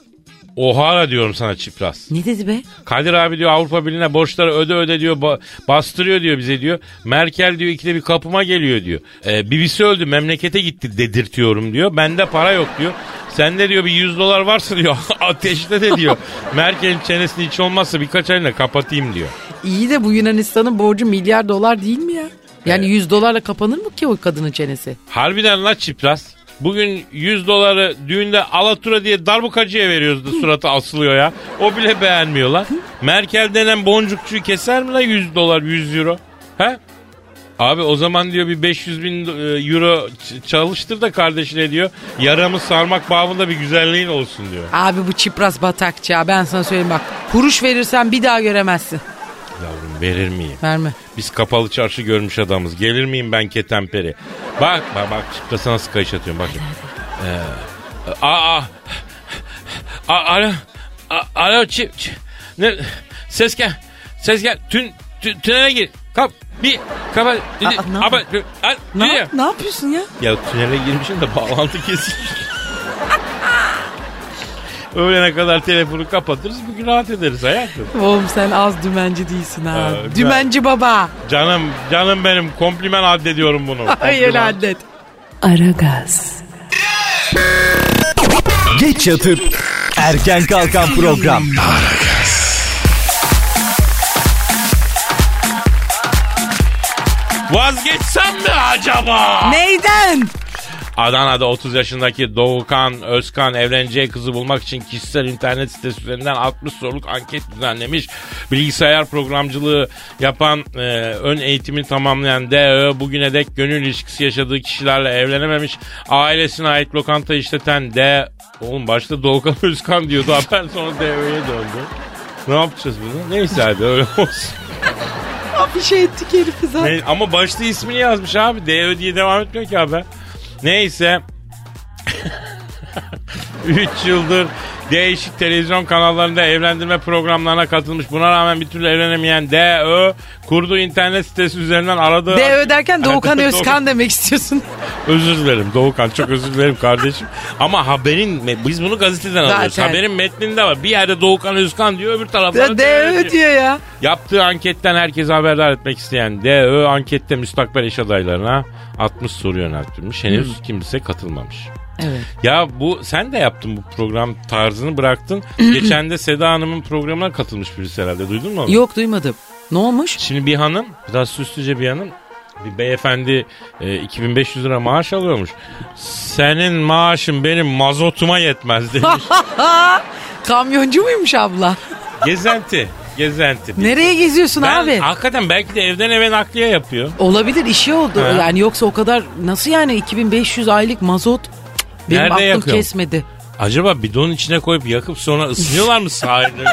[SPEAKER 2] Ohara diyorum sana Çipras.
[SPEAKER 3] Ne dedi be?
[SPEAKER 2] Kadir abi diyor Avrupa Birliği'ne borçları öde öde diyor ba- bastırıyor diyor bize diyor. Merkel diyor ikide bir kapıma geliyor diyor. Ee, birisi öldü memlekete gitti dedirtiyorum diyor. Bende para yok diyor. Sende diyor bir 100 dolar varsa diyor ateşte de diyor. Merkel'in çenesini hiç olmazsa birkaç ayla kapatayım diyor.
[SPEAKER 3] İyi de bu Yunanistan'ın borcu milyar dolar değil mi ya? Yani 100 dolarla kapanır mı ki o kadının çenesi?
[SPEAKER 2] Harbiden la çipras. Bugün 100 doları düğünde alatura diye darbukacıya veriyoruz da suratı asılıyor ya. O bile beğenmiyor lan. Merkel denen boncukçuyu keser mi la 100 dolar 100 euro? He? Abi o zaman diyor bir 500 bin do- e, euro ç- çalıştır da kardeşine diyor. Yaramı sarmak babında bir güzelliğin olsun diyor.
[SPEAKER 3] Abi bu çipraz batakça ben sana söyleyeyim bak. Kuruş verirsen bir daha göremezsin.
[SPEAKER 2] Yavrum verir miyim?
[SPEAKER 3] Verme.
[SPEAKER 2] Biz kapalı çarşı görmüş adamız. Gelir miyim ben ketemperi? Bak bak bak çıktı nasıl kayış atıyorum bak. Ee, aa, aa, a- alo, a- alo, çi, çi- ne, ses gel, ses gel, tün, tü- tünele gir, kap, bir, kapat,
[SPEAKER 3] Aa, ne
[SPEAKER 2] Aba- a-
[SPEAKER 3] Ne,
[SPEAKER 2] diyor.
[SPEAKER 3] yap- ne yapıyorsun ya?
[SPEAKER 2] Ya tünele girmişim de bağlantı kesilmiş. Öğlene kadar telefonu kapatırız, bugün rahat ederiz hayatım.
[SPEAKER 3] Oğlum sen az dümenci değilsin ha.
[SPEAKER 2] Ee, ben-
[SPEAKER 3] dümenci baba.
[SPEAKER 2] Canım, canım benim, komplimen addediyorum bunu.
[SPEAKER 3] Hayır
[SPEAKER 2] Komplimen.
[SPEAKER 3] adet.
[SPEAKER 1] Aragaz,
[SPEAKER 4] Geç yatıp erken kalkan program.
[SPEAKER 2] Vazgeçsem mi acaba?
[SPEAKER 3] Neyden?
[SPEAKER 2] Adana'da 30 yaşındaki Doğukan Özkan evleneceği kızı bulmak için kişisel internet sitesi üzerinden 60 soruluk anket düzenlemiş. Bilgisayar programcılığı yapan, e, ön eğitimi tamamlayan DÖ bugüne dek gönül ilişkisi yaşadığı kişilerle evlenememiş. Ailesine ait lokanta işleten D... Oğlum başta Doğukan Özkan diyordu haber sonra DÖ'ye döndü. Ne yapacağız bunu? Neyse hadi öyle olsun.
[SPEAKER 3] Bir şey ettik herifi zaten.
[SPEAKER 2] Ne- ama başta ismini yazmış abi. DÖ diye devam etmiyor ki haber. Neyse. 3 yıldır değişik televizyon kanallarında evlendirme programlarına katılmış. Buna rağmen bir türlü evlenemeyen DÖ kurduğu internet sitesi üzerinden aradığı...
[SPEAKER 3] DÖ derken Doğukan
[SPEAKER 2] Ee, Doğukan.
[SPEAKER 3] Özkan demek istiyorsun.
[SPEAKER 2] Özür dilerim Doğukan çok özür dilerim kardeşim. Ama haberin me- biz bunu gazeteden alıyoruz.
[SPEAKER 3] Zaten.
[SPEAKER 2] Haberin metninde var. Bir yerde Doğukan Özkan diyor öbür tarafta
[SPEAKER 3] Ya DÖ diyor ya.
[SPEAKER 2] Yaptığı anketten herkese haberdar etmek isteyen DÖ ankette müstakbel eş adaylarına 60 soru yöneltilmiş. Henüz
[SPEAKER 3] Hmm.
[SPEAKER 2] kimse katılmamış.
[SPEAKER 3] Evet.
[SPEAKER 2] Ya bu sen de yaptın bu program tarzını bıraktın. Geçen de Seda Hanım'ın programına katılmış birisi herhalde duydun mu? onu?
[SPEAKER 3] Yok duymadım. Ne olmuş?
[SPEAKER 2] Şimdi bir hanım biraz süslüce bir hanım bir beyefendi e, 2500 lira maaş alıyormuş. Senin maaşın benim mazotuma yetmez demiş.
[SPEAKER 3] Kamyoncu muymuş abla?
[SPEAKER 2] gezenti. Gezenti.
[SPEAKER 3] Nereye geziyorsun
[SPEAKER 2] Ben,
[SPEAKER 3] abi?
[SPEAKER 2] Hakikaten belki de evden eve nakliye yapıyor.
[SPEAKER 3] Olabilir işi oldu.
[SPEAKER 2] Ha.
[SPEAKER 3] Yani yoksa o kadar nasıl yani 2500 aylık mazot Cık, benim
[SPEAKER 2] Nerede
[SPEAKER 3] aklım
[SPEAKER 2] yakıyor?
[SPEAKER 3] kesmedi.
[SPEAKER 2] Acaba bidonun içine koyup yakıp sonra ısınıyorlar mı sahilde?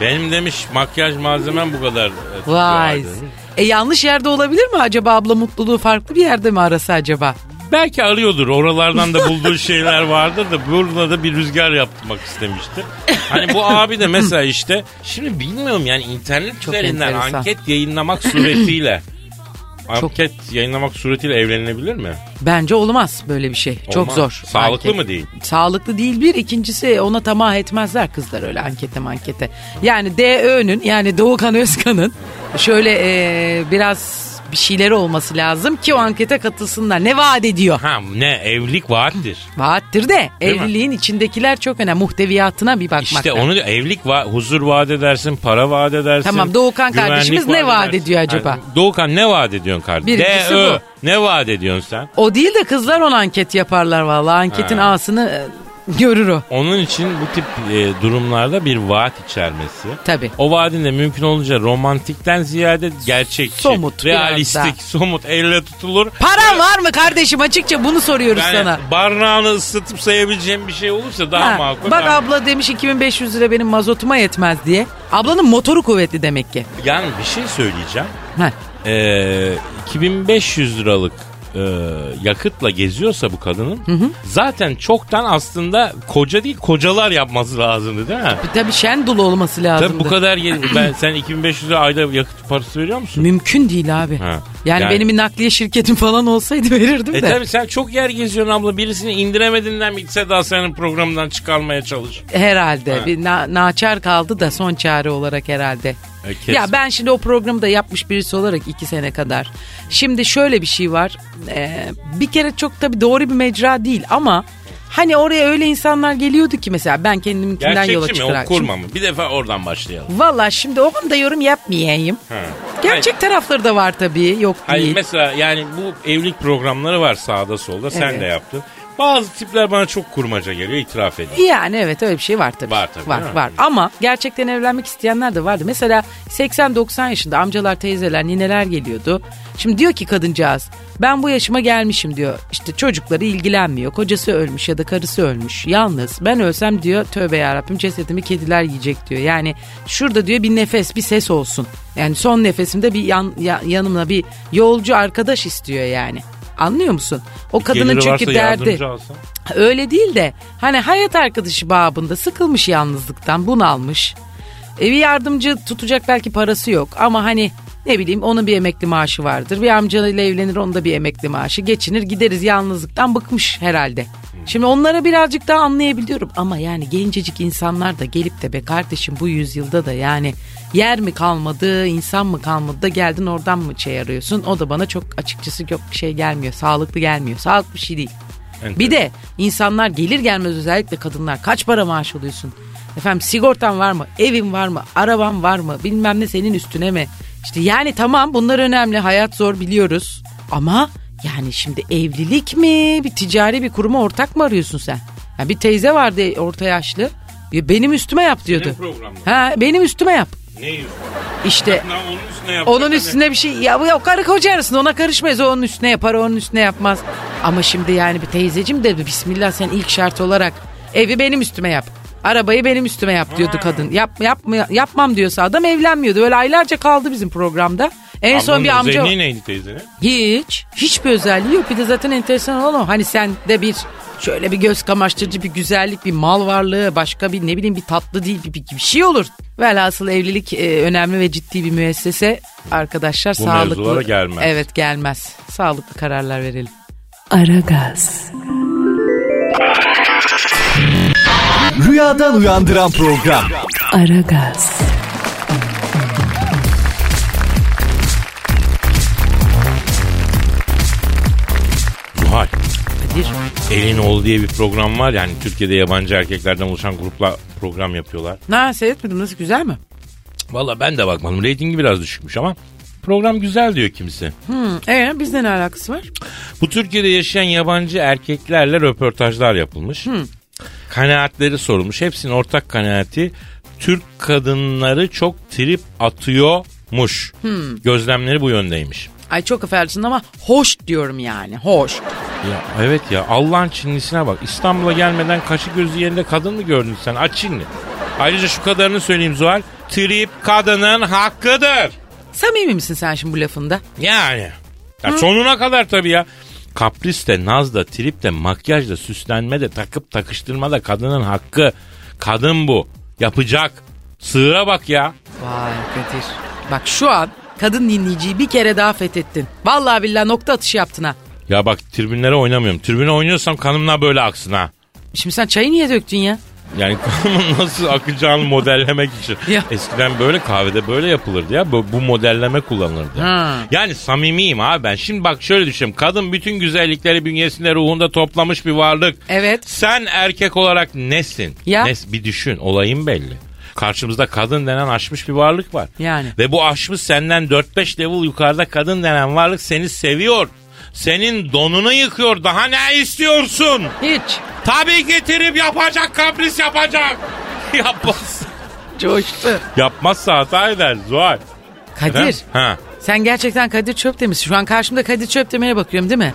[SPEAKER 2] Benim demiş makyaj malzemem bu kadar. e,
[SPEAKER 3] Vay.
[SPEAKER 2] tutuyor demiş.
[SPEAKER 3] E yanlış yerde olabilir mi acaba abla mutluluğu farklı bir yerde mi arası acaba?
[SPEAKER 2] Belki arıyordur. Oralardan da bulduğu şeyler vardır da burada da bir rüzgar yaptırmak istemişti. Hani bu abi de mesela işte şimdi bilmiyorum yani internet
[SPEAKER 3] Çok
[SPEAKER 2] üzerinden
[SPEAKER 3] enteresan.
[SPEAKER 2] anket yayınlamak suretiyle
[SPEAKER 3] Çok-
[SPEAKER 2] anket yayınlamak suretiyle evlenilebilir mi?
[SPEAKER 3] Bence olmaz böyle bir şey. Çok
[SPEAKER 2] Olmaz.
[SPEAKER 3] zor.
[SPEAKER 2] Sağlıklı mı değil?
[SPEAKER 3] Sağlıklı değil bir. ikincisi ona tamah etmezler kızlar öyle ankete mankete. Yani DÖ'nün yani Doğukan Özkan'ın şöyle e, biraz bir şeyleri olması lazım ki o ankete katılsınlar. Ne vaat ediyor?
[SPEAKER 2] Ha ne evlilik vaattir.
[SPEAKER 3] Vaattir de
[SPEAKER 2] Değil mi?
[SPEAKER 3] evliliğin içindekiler çok önemli. Muhteviyatına bir bakmak
[SPEAKER 2] İşte
[SPEAKER 3] lazım.
[SPEAKER 2] onu diyor, evlilik va- huzur vaat edersin, para vaat edersin.
[SPEAKER 3] Tamam, Doğukan
[SPEAKER 2] güvenlik
[SPEAKER 3] kardeşimiz ne vaat
[SPEAKER 2] edersin.
[SPEAKER 3] ediyor acaba?
[SPEAKER 2] Yani Doğukan ne vaat ediyorsun kardeşim?
[SPEAKER 3] Birincisi
[SPEAKER 2] DÖ, Ne vaat ediyorsun sen?
[SPEAKER 3] O değil de kızlar ona anket yaparlar vallahi. Anketin
[SPEAKER 2] Ha.
[SPEAKER 3] ağasını e, görür o.
[SPEAKER 2] Onun için bu tip e, durumlarda bir vaat içermesi.
[SPEAKER 3] Tabii.
[SPEAKER 2] O vaadin de mümkün olunca romantikten ziyade gerçekçi,
[SPEAKER 3] Somut, biraz
[SPEAKER 2] realistik,
[SPEAKER 3] daha.
[SPEAKER 2] somut, elle tutulur.
[SPEAKER 3] Paran var mı kardeşim açıkça bunu soruyoruz
[SPEAKER 2] Yani
[SPEAKER 3] sana.
[SPEAKER 2] barnağını ıslatıp sayabileceğim bir şey olursa daha
[SPEAKER 3] Ha,
[SPEAKER 2] makul.
[SPEAKER 3] bak
[SPEAKER 2] Yani-
[SPEAKER 3] abla demiş 2500 lira benim mazotuma yetmez diye. Ablanın motoru kuvvetli demek ki.
[SPEAKER 2] Yani bir şey söyleyeceğim.
[SPEAKER 3] Ha,
[SPEAKER 2] Ee, 2500 liralık e, yakıtla geziyorsa bu kadının zaten çoktan aslında koca değil kocalar yapması lazımdı değil mi?
[SPEAKER 3] bir tabii şendul olması lazım.
[SPEAKER 2] Tabii bu kadar ye- ben sen 2500 lira ayda yakıt parası veriyor musun?
[SPEAKER 3] Mümkün değil abi.
[SPEAKER 2] Ha,
[SPEAKER 3] Yani,
[SPEAKER 2] yani-
[SPEAKER 3] benim bir nakliye şirketim falan olsaydı verirdim
[SPEAKER 2] E
[SPEAKER 3] de.
[SPEAKER 2] tabii sen çok yer geziyorsun abla. Birisini indiremediğinden bir Seda senin programından çıkarmaya çalış.
[SPEAKER 3] Herhalde.
[SPEAKER 2] Ha.
[SPEAKER 3] Bir na- naçar kaldı da son çare olarak herhalde.
[SPEAKER 2] E, kes.
[SPEAKER 3] Ya ben şimdi o programı da yapmış birisi olarak iki sene kadar. Şimdi şöyle bir şey var. Ee, bir kere çok tabii doğru bir mecra değil ama hani oraya öyle insanlar geliyordu ki mesela ben kendimkinden yola
[SPEAKER 2] Gerçekçi mi o
[SPEAKER 3] çıkarak.
[SPEAKER 2] kurma mı? Bir defa oradan başlayalım.
[SPEAKER 3] Valla şimdi o konuda yorum yapmayayım.
[SPEAKER 2] Ha.
[SPEAKER 3] Gerçek tarafları da var tabii yok
[SPEAKER 2] Hayır
[SPEAKER 3] değil.
[SPEAKER 2] mesela yani bu evlilik programları var sağda solda sen
[SPEAKER 3] Evet.
[SPEAKER 2] de yaptın. Bazı tipler bana çok kurmaca geliyor itiraf edeyim.
[SPEAKER 3] yani evet öyle bir şey var tabii.
[SPEAKER 2] Var tabii, değil
[SPEAKER 3] Var,
[SPEAKER 2] mi?
[SPEAKER 3] var. Ama gerçekten evlenmek isteyenler de vardı. Mesela 80-90 yaşında amcalar, teyzeler, nineler geliyordu. Şimdi diyor ki kadıncağız ben bu yaşıma gelmişim diyor. İşte çocukları ilgilenmiyor. Kocası ölmüş ya da karısı ölmüş. Yalnız ben ölsem diyor tövbe yarabbim cesedimi kediler yiyecek diyor. Yani şurada diyor bir nefes bir ses olsun. Yani son nefesimde bir yan, ya- yanımda bir yolcu arkadaş istiyor yani. Anlıyor musun? O kadının
[SPEAKER 2] Geliri varsa
[SPEAKER 3] çünkü derdi.
[SPEAKER 2] yardımcı alsın.
[SPEAKER 3] Öyle değil de hani hayat arkadaşı babında sıkılmış yalnızlıktan bunalmış. Evi yardımcı tutacak belki parası yok ama hani ne bileyim onun bir emekli maaşı vardır. Bir amcayla evlenir onun da bir emekli maaşı. Geçinir gideriz yalnızlıktan bıkmış herhalde. Şimdi onlara birazcık daha anlayabiliyorum ama yani gencecik insanlar da gelip de be kardeşim bu yüzyılda da yani yer mi kalmadı insan mı kalmadı da geldin oradan mı şey arıyorsun o da bana çok açıkçası yok bir şey gelmiyor sağlıklı gelmiyor sağlıklı bir şey değil. Bir de insanlar gelir gelmez özellikle kadınlar kaç para maaş alıyorsun? Efendim sigortan var mı? Evin var mı? Araban var mı? Bilmem ne senin üstüne mi? İşte yani tamam bunlar önemli. Hayat zor biliyoruz. Ama yani şimdi evlilik mi? Bir ticari bir kuruma ortak mı arıyorsun sen? Yani bir teyze vardı orta yaşlı. Ya Benim üstüme yap diyordu.
[SPEAKER 2] Senin programda.
[SPEAKER 3] Ha, benim üstüme yap.
[SPEAKER 2] Ne yüzünden?
[SPEAKER 3] İşte
[SPEAKER 2] Onun üstüne Hani yapacak.
[SPEAKER 3] onun üstüne bir şey ya o karı koca arasında ona karışmayız o onun üstüne yapar o onun üstüne yapmaz. Ama şimdi yani bir teyzecim de bismillah sen ilk şart olarak evi benim üstüme yap. Arabayı benim üstüme yap diyordu kadın. Yap, yapma, yapmam diyorsa adam evlenmiyordu. Öyle aylarca kaldı bizim programda. En son bir amca...
[SPEAKER 2] Özelliği neydi teyzenin?
[SPEAKER 3] Hiç. Hiçbir özelliği yok. Bir de zaten enteresan olan o. Hani sende bir şöyle bir göz kamaştırıcı bir güzellik, bir mal varlığı, başka bir ne bileyim bir tatlı değil bir, bir, bir şey olur. Velhasıl evlilik e, önemli ve ciddi bir müessese. Arkadaşlar
[SPEAKER 2] Bu mevzulara
[SPEAKER 3] sağlıklı.
[SPEAKER 2] gelmez.
[SPEAKER 3] Evet gelmez. Sağlıklı kararlar verelim.
[SPEAKER 1] Aragaz,
[SPEAKER 4] Rüyadan uyandıran program.
[SPEAKER 1] Aragaz,
[SPEAKER 2] Zuhal.
[SPEAKER 3] Kadir.
[SPEAKER 2] Elin Oğlu diye bir program var yani Türkiye'de yabancı erkeklerden oluşan grupla program yapıyorlar.
[SPEAKER 3] Na seyretmedim nasıl güzel mi?
[SPEAKER 2] Valla ben de bakmadım. Reytingi biraz düşükmüş ama program güzel diyor kimse.
[SPEAKER 3] Hı. E bizde ne alakası var?
[SPEAKER 2] Bu Türkiye'de yaşayan yabancı erkeklerle röportajlar yapılmış. Kanaatleri sorulmuş. Hepsinin ortak kanaati Türk kadınları çok trip atıyormuş. Gözlemleri bu yöndeymiş.
[SPEAKER 3] Ay çok affedersin ama hoş diyorum yani hoş.
[SPEAKER 2] Ya evet ya Allah'ın Çinlisine bak. İstanbul'a gelmeden kaşı gözü yerinde kadın mı gördün sen? Aç Çinli. Ayrıca şu kadarını söyleyeyim Zuhal. Trip kadının hakkıdır.
[SPEAKER 3] Samimi misin sen şimdi bu lafında?
[SPEAKER 2] Yani. Ya sonuna kadar tabii ya. Kapris de, naz da, trip de, makyaj da, süslenme de, takıp takıştırma da kadının hakkı. Kadın bu. Yapacak. Sığıra bak ya.
[SPEAKER 3] Vay Kadir. Bak şu an kadın dinleyiciyi bir kere daha fethettin. Vallahi billahi nokta atışı yaptın ha.
[SPEAKER 2] Ya bak tribünlere oynamıyorum. Tribüne oynuyorsam kanımla böyle aksın ha.
[SPEAKER 3] Şimdi sen çayı niye döktün ya?
[SPEAKER 2] Yani kanımın nasıl akacağını modellemek için.
[SPEAKER 3] Ya.
[SPEAKER 2] Eskiden böyle kahvede böyle yapılırdı ya. Bu, bu modelleme kullanılırdı.
[SPEAKER 3] Ha.
[SPEAKER 2] Yani samimiyim abi ben. Şimdi bak şöyle düşün. Kadın bütün güzellikleri bünyesinde ruhunda toplamış bir varlık.
[SPEAKER 3] Evet.
[SPEAKER 2] Sen erkek olarak nesin?
[SPEAKER 3] E- Ya.
[SPEAKER 2] Nes, bir düşün olayın belli. Karşımızda kadın denen aşmış bir varlık var.
[SPEAKER 3] Yani.
[SPEAKER 2] Ve bu aşmış senden 4-5 level yukarıda kadın denen varlık seni seviyor. Senin donunu yıkıyor. Daha ne istiyorsun?
[SPEAKER 3] Hiç.
[SPEAKER 2] Tabii getirip yapacak kapris yapacak. Yapmaz.
[SPEAKER 3] Coştu.
[SPEAKER 2] Yapmazsa hata eder Zuhal.
[SPEAKER 3] Kadir.
[SPEAKER 2] Ha.
[SPEAKER 3] Sen gerçekten Kadir Çöpdemir'sin. Şu an karşımda Kadir Çöpdemir'e bakıyorum değil mi?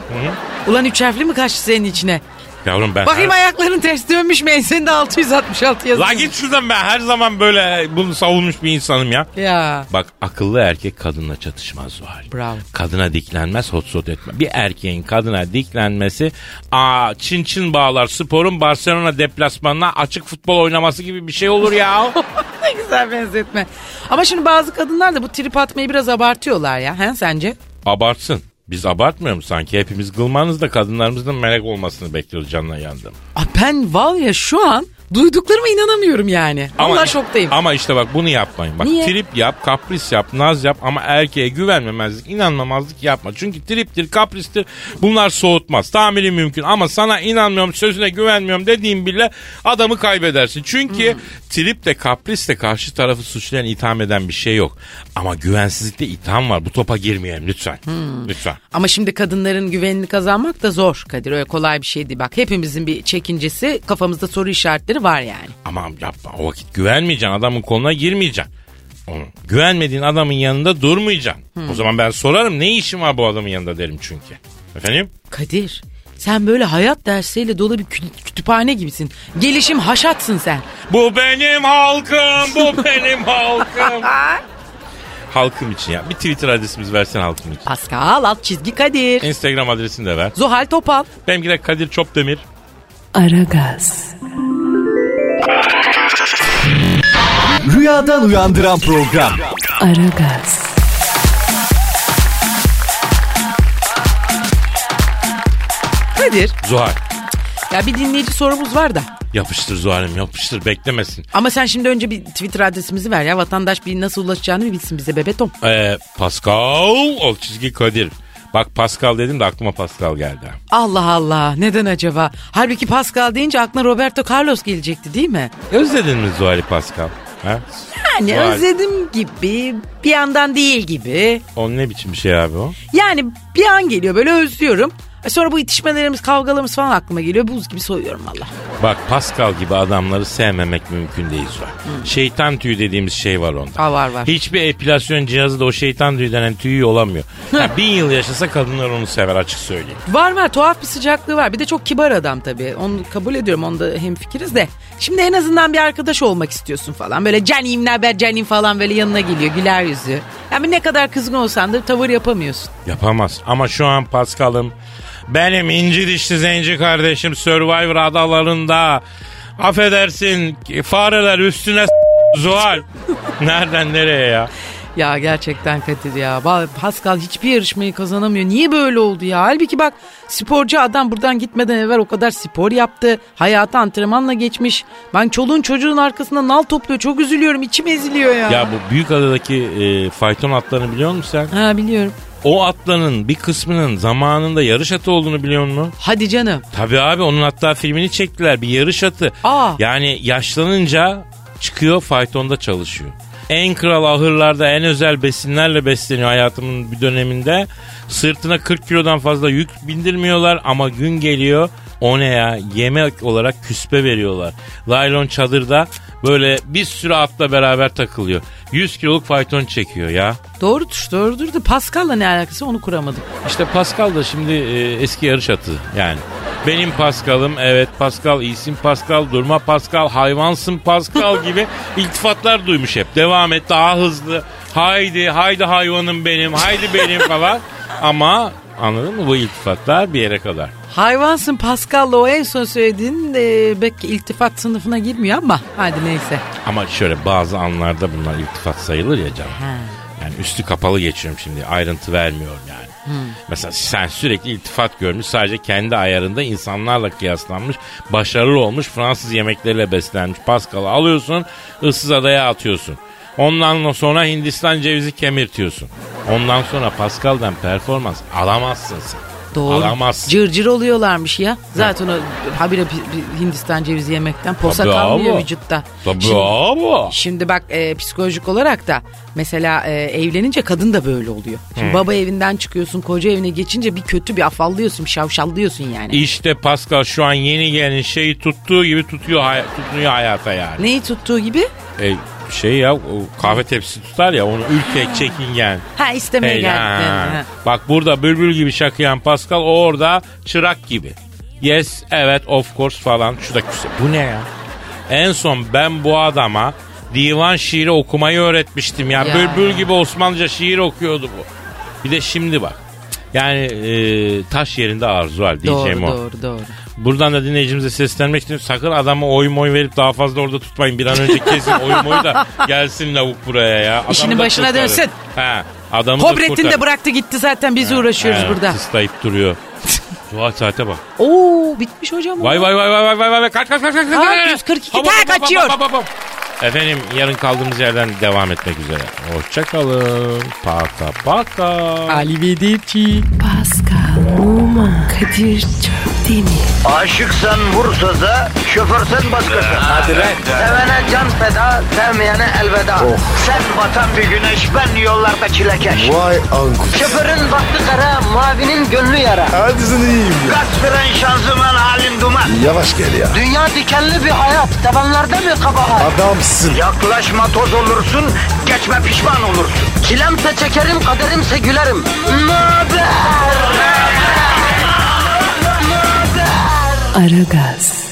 [SPEAKER 3] Ulan üç harfli mi kaçtı senin içine?
[SPEAKER 2] Yavrum ben...
[SPEAKER 3] Bakayım
[SPEAKER 2] her...
[SPEAKER 3] ayakların ters dönmüş mü? Ensenin de 666 yazıyor.
[SPEAKER 2] La git şuradan ben her zaman böyle bunu savunmuş bir insanım ya.
[SPEAKER 3] Ya.
[SPEAKER 2] Bak akıllı erkek kadınla çatışmaz Zuhal.
[SPEAKER 3] Bravo.
[SPEAKER 2] Kadına diklenmez hot shot etme. Bir erkeğin kadına diklenmesi aa çin çin bağlar sporun Barcelona deplasmanına açık futbol oynaması gibi bir şey olur ya.
[SPEAKER 3] ne güzel benzetme. Ama şimdi bazı kadınlar da bu trip atmayı biraz abartıyorlar ya. He sence?
[SPEAKER 2] Abartsın. Biz abartmıyor mu sanki? Hepimiz gılmanızda kadınlarımızın melek olmasını bekliyoruz canına yandım.
[SPEAKER 3] Aa, ben var ya şu an duyduklarıma inanamıyorum yani. Allah şoktayım.
[SPEAKER 2] Ama işte bak bunu yapmayın. Bak
[SPEAKER 3] Niye?
[SPEAKER 2] trip yap, kapris yap, naz yap ama erkeğe güvenmemezlik, inanmamazlık yapma. Çünkü triptir, kapristir bunlar soğutmaz. Tamiri mümkün ama sana inanmıyorum, sözüne güvenmiyorum dediğin bile adamı kaybedersin. Çünkü trip de kapris de karşı tarafı suçlayan, itham eden bir şey yok. Ama güvensizlikte itham var. Bu topa girmeyelim lütfen. Lütfen.
[SPEAKER 3] Ama şimdi kadınların güvenini kazanmak da zor Kadir. Öyle kolay bir şey değil. Bak hepimizin bir çekincesi kafamızda soru işaretleri var yani.
[SPEAKER 2] Aman yapma o vakit güvenmeyeceksin adamın koluna girmeyeceksin. Onu. Güvenmediğin adamın yanında durmayacaksın. O zaman ben sorarım ne işin var bu adamın yanında derim çünkü. Efendim?
[SPEAKER 3] Kadir sen böyle hayat dersiyle dolu bir kü- kütüphane gibisin. Gelişim haşatsın sen.
[SPEAKER 2] Bu benim halkım, bu benim halkım. halkım için ya. Bir Twitter adresimiz versen halkım için.
[SPEAKER 3] Pascal alt çizgi Kadir.
[SPEAKER 2] Instagram adresini de ver.
[SPEAKER 3] Zuhal Topal.
[SPEAKER 2] Benimki de Kadir Çopdemir.
[SPEAKER 1] Aragaz,
[SPEAKER 4] Rüyadan uyandıran program.
[SPEAKER 1] Aragaz,
[SPEAKER 3] Kadir.
[SPEAKER 2] Zuhal.
[SPEAKER 3] Ya bir dinleyici sorumuz var da.
[SPEAKER 2] Yapıştır Zuhal'im yapıştır beklemesin.
[SPEAKER 3] Ama sen şimdi önce bir Twitter adresimizi ver ya. Vatandaş bir nasıl ulaşacağını bir bilsin bize bebetom.
[SPEAKER 2] Ee, Pascal ol çizgi Kadir. Bak Pascal dedim de aklıma Pascal geldi.
[SPEAKER 3] Allah Allah neden acaba? Halbuki Pascal deyince aklına Roberto Carlos gelecekti değil mi?
[SPEAKER 2] Özledin mi Zuhal'i Pascal? Ha?
[SPEAKER 3] Yani
[SPEAKER 2] Zuhal.
[SPEAKER 3] özledim gibi bir yandan değil gibi.
[SPEAKER 2] O ne biçim bir şey abi o?
[SPEAKER 3] Yani bir an geliyor böyle özlüyorum. E Sonra bu itişmelerimiz kavgalarımız falan aklıma geliyor. Buz gibi soyuyorum valla.
[SPEAKER 2] Bak Pascal gibi adamları sevmemek mümkün değil var. Şeytan tüyü dediğimiz şey var onda.
[SPEAKER 3] Ha, var, var.
[SPEAKER 2] Hiçbir epilasyon cihazı da o şeytan tüyü denen tüyü olamıyor. Ha, bin yıl yaşasa kadınlar onu sever açık söyleyeyim.
[SPEAKER 3] Var var tuhaf bir sıcaklığı var. Bir de çok kibar adam tabii. Onu kabul ediyorum. Onda hemfikiriz de. Şimdi en azından bir arkadaş olmak istiyorsun falan. Böyle canim ne haber canim falan böyle yanına geliyor. Güler yüzü. Yani ne kadar kızgın olsan da tavır yapamıyorsun.
[SPEAKER 2] Yapamaz. Ama şu an Pascal'ım benim inci dişli zenci kardeşim Survivor adalarında affedersin fareler üstüne s- Zuhal. Nereden nereye ya?
[SPEAKER 3] Ya gerçekten Kadir ya. Ba- Pascal hiçbir yarışmayı kazanamıyor. Niye böyle oldu ya? Halbuki bak sporcu adam buradan gitmeden evvel o kadar spor yaptı. Hayatı antrenmanla geçmiş. Ben çoluğun çocuğun arkasında nal topluyor. Çok üzülüyorum. İçim eziliyor ya.
[SPEAKER 2] Ya bu büyük adadaki e, fayton atlarını biliyor musun sen?
[SPEAKER 3] Ha biliyorum.
[SPEAKER 2] O atların bir kısmının zamanında yarış atı olduğunu biliyor musun?
[SPEAKER 3] Hadi canım.
[SPEAKER 2] Tabii abi onun hatta filmini çektiler bir yarış atı.
[SPEAKER 3] Aa.
[SPEAKER 2] Yani yaşlanınca çıkıyor faytonda çalışıyor. En kral ahırlarda en özel besinlerle besleniyor hayatımın bir döneminde. Sırtına 40 kilodan fazla yük bindirmiyorlar ama gün geliyor o ne ya yemek olarak küspe veriyorlar. Laylon çadırda böyle bir sürü atla beraber takılıyor. 100 kiloluk fayton çekiyor ya.
[SPEAKER 3] Doğrudur, doğrudur da Pascal'la ne alakası onu kuramadım.
[SPEAKER 2] İşte Pascal da şimdi e, eski yarış atı yani. Benim Pascal'ım evet Pascal iyisin Pascal durma Pascal hayvansın Pascal gibi iltifatlar duymuş hep. Devam et daha hızlı haydi haydi hayvanım benim haydi benim falan. Ama anladın mı bu iltifatlar bir yere kadar.
[SPEAKER 3] Hayvansın Pascal'la o en son söylediğin e, belki iltifat sınıfına girmiyor ama hadi neyse.
[SPEAKER 2] Ama şöyle bazı anlarda bunlar iltifat sayılır ya canım.
[SPEAKER 3] Ha.
[SPEAKER 2] Yani üstü kapalı geçiyorum şimdi ayrıntı vermiyorum yani. Mesela sen sürekli iltifat görmüş sadece kendi ayarında insanlarla kıyaslanmış başarılı olmuş Fransız yemekleriyle beslenmiş Paskal'ı alıyorsun ıssız adaya atıyorsun. Ondan sonra Hindistan cevizi kemirtiyorsun. Ondan sonra Pascal'dan performans alamazsın sen.
[SPEAKER 3] Doğru.
[SPEAKER 2] Alamazsın.
[SPEAKER 3] Cırcır oluyorlarmış ya. Zaten o habire pi- pi- Hindistan cevizi yemekten posa
[SPEAKER 2] Tabii
[SPEAKER 3] kalmıyor
[SPEAKER 2] abi.
[SPEAKER 3] vücutta.
[SPEAKER 2] Tabii
[SPEAKER 3] Şimdi-
[SPEAKER 2] abi.
[SPEAKER 3] Şimdi bak e, psikolojik olarak da mesela e, evlenince kadın da böyle oluyor. Şimdi baba evinden çıkıyorsun koca evine geçince bir kötü bir afallıyorsun bir şavşallıyorsun yani.
[SPEAKER 2] İşte Pascal şu an yeni gelen şeyi tuttuğu gibi tutuyor, hay- tutunuyor hayata yani.
[SPEAKER 3] Neyi tuttuğu gibi?
[SPEAKER 2] E, şey ya o kahve tepsi tutar ya onu ürkek çekingen.
[SPEAKER 3] Ha istemeye
[SPEAKER 2] Hey, ha.
[SPEAKER 3] geldin. Ha.
[SPEAKER 2] Bak burada bülbül gibi şakıyan Pascal o orada çırak gibi. Yes, evet, of course falan. Şu da küse. Bu ne ya? En son ben bu adama divan şiiri okumayı öğretmiştim ya.
[SPEAKER 3] Ya.
[SPEAKER 2] Bülbül gibi Osmanlıca şiir okuyordu bu. Bir de şimdi bak. Yani e, taş yerinde arzu al diyeceğim
[SPEAKER 3] Doğru
[SPEAKER 2] o.
[SPEAKER 3] doğru doğru.
[SPEAKER 2] Buradan da dinleyicimize seslenmek istiyorum. Sakın adama oy moy verip daha fazla orada tutmayın. Bir an önce kesin oy moy da gelsin lavuk buraya ya. Adamı
[SPEAKER 3] İşini
[SPEAKER 2] da
[SPEAKER 3] başına
[SPEAKER 2] kurtarın.
[SPEAKER 3] dönsün.
[SPEAKER 2] He. Adamı da
[SPEAKER 3] Kobrettin
[SPEAKER 2] kurtarın.
[SPEAKER 3] de bıraktı gitti zaten biz uğraşıyoruz
[SPEAKER 2] He,
[SPEAKER 3] burada.
[SPEAKER 2] Sıslayıp duruyor. Zuhal saate bak.
[SPEAKER 3] Oo bitmiş hocam. o.
[SPEAKER 2] Vay vay vay vay vay vay vay vay. Kaç kaç kaç kaç. kaç.
[SPEAKER 3] Ha, 142
[SPEAKER 2] Hop,
[SPEAKER 3] tane
[SPEAKER 2] hop, hop, hop,
[SPEAKER 3] kaçıyor.
[SPEAKER 2] hop, hop, hop. Efendim yarın kaldığımız yerden devam etmek üzere. Hoşçakalın. Paka paka.
[SPEAKER 3] Ali Vedici.
[SPEAKER 1] Pascal, Oman, Kadir çok değil mi?
[SPEAKER 5] Aşıksan vursa da, şoförsen başkasın. Hadi
[SPEAKER 6] lan.
[SPEAKER 5] Sevene can feda, sevmeyene elveda. Sen batan bir güneş, ben yollarda çilekeş.
[SPEAKER 6] Vay anku.
[SPEAKER 5] Şoförün baktı kara, mavinin gönlü yara.
[SPEAKER 6] Hadi sen iyiyim ya.
[SPEAKER 5] Kasperen şanzıman halin duman.
[SPEAKER 6] Yavaş gel ya.
[SPEAKER 5] Dünya dikenli bir hayat, sevenlerde mi kabahar?
[SPEAKER 6] Adamsın.
[SPEAKER 5] Yaklaşma toz olursun, geçme pişman olursun. Çilemse çekerim, kaderimse gülerim. Möber!
[SPEAKER 1] Aragaz.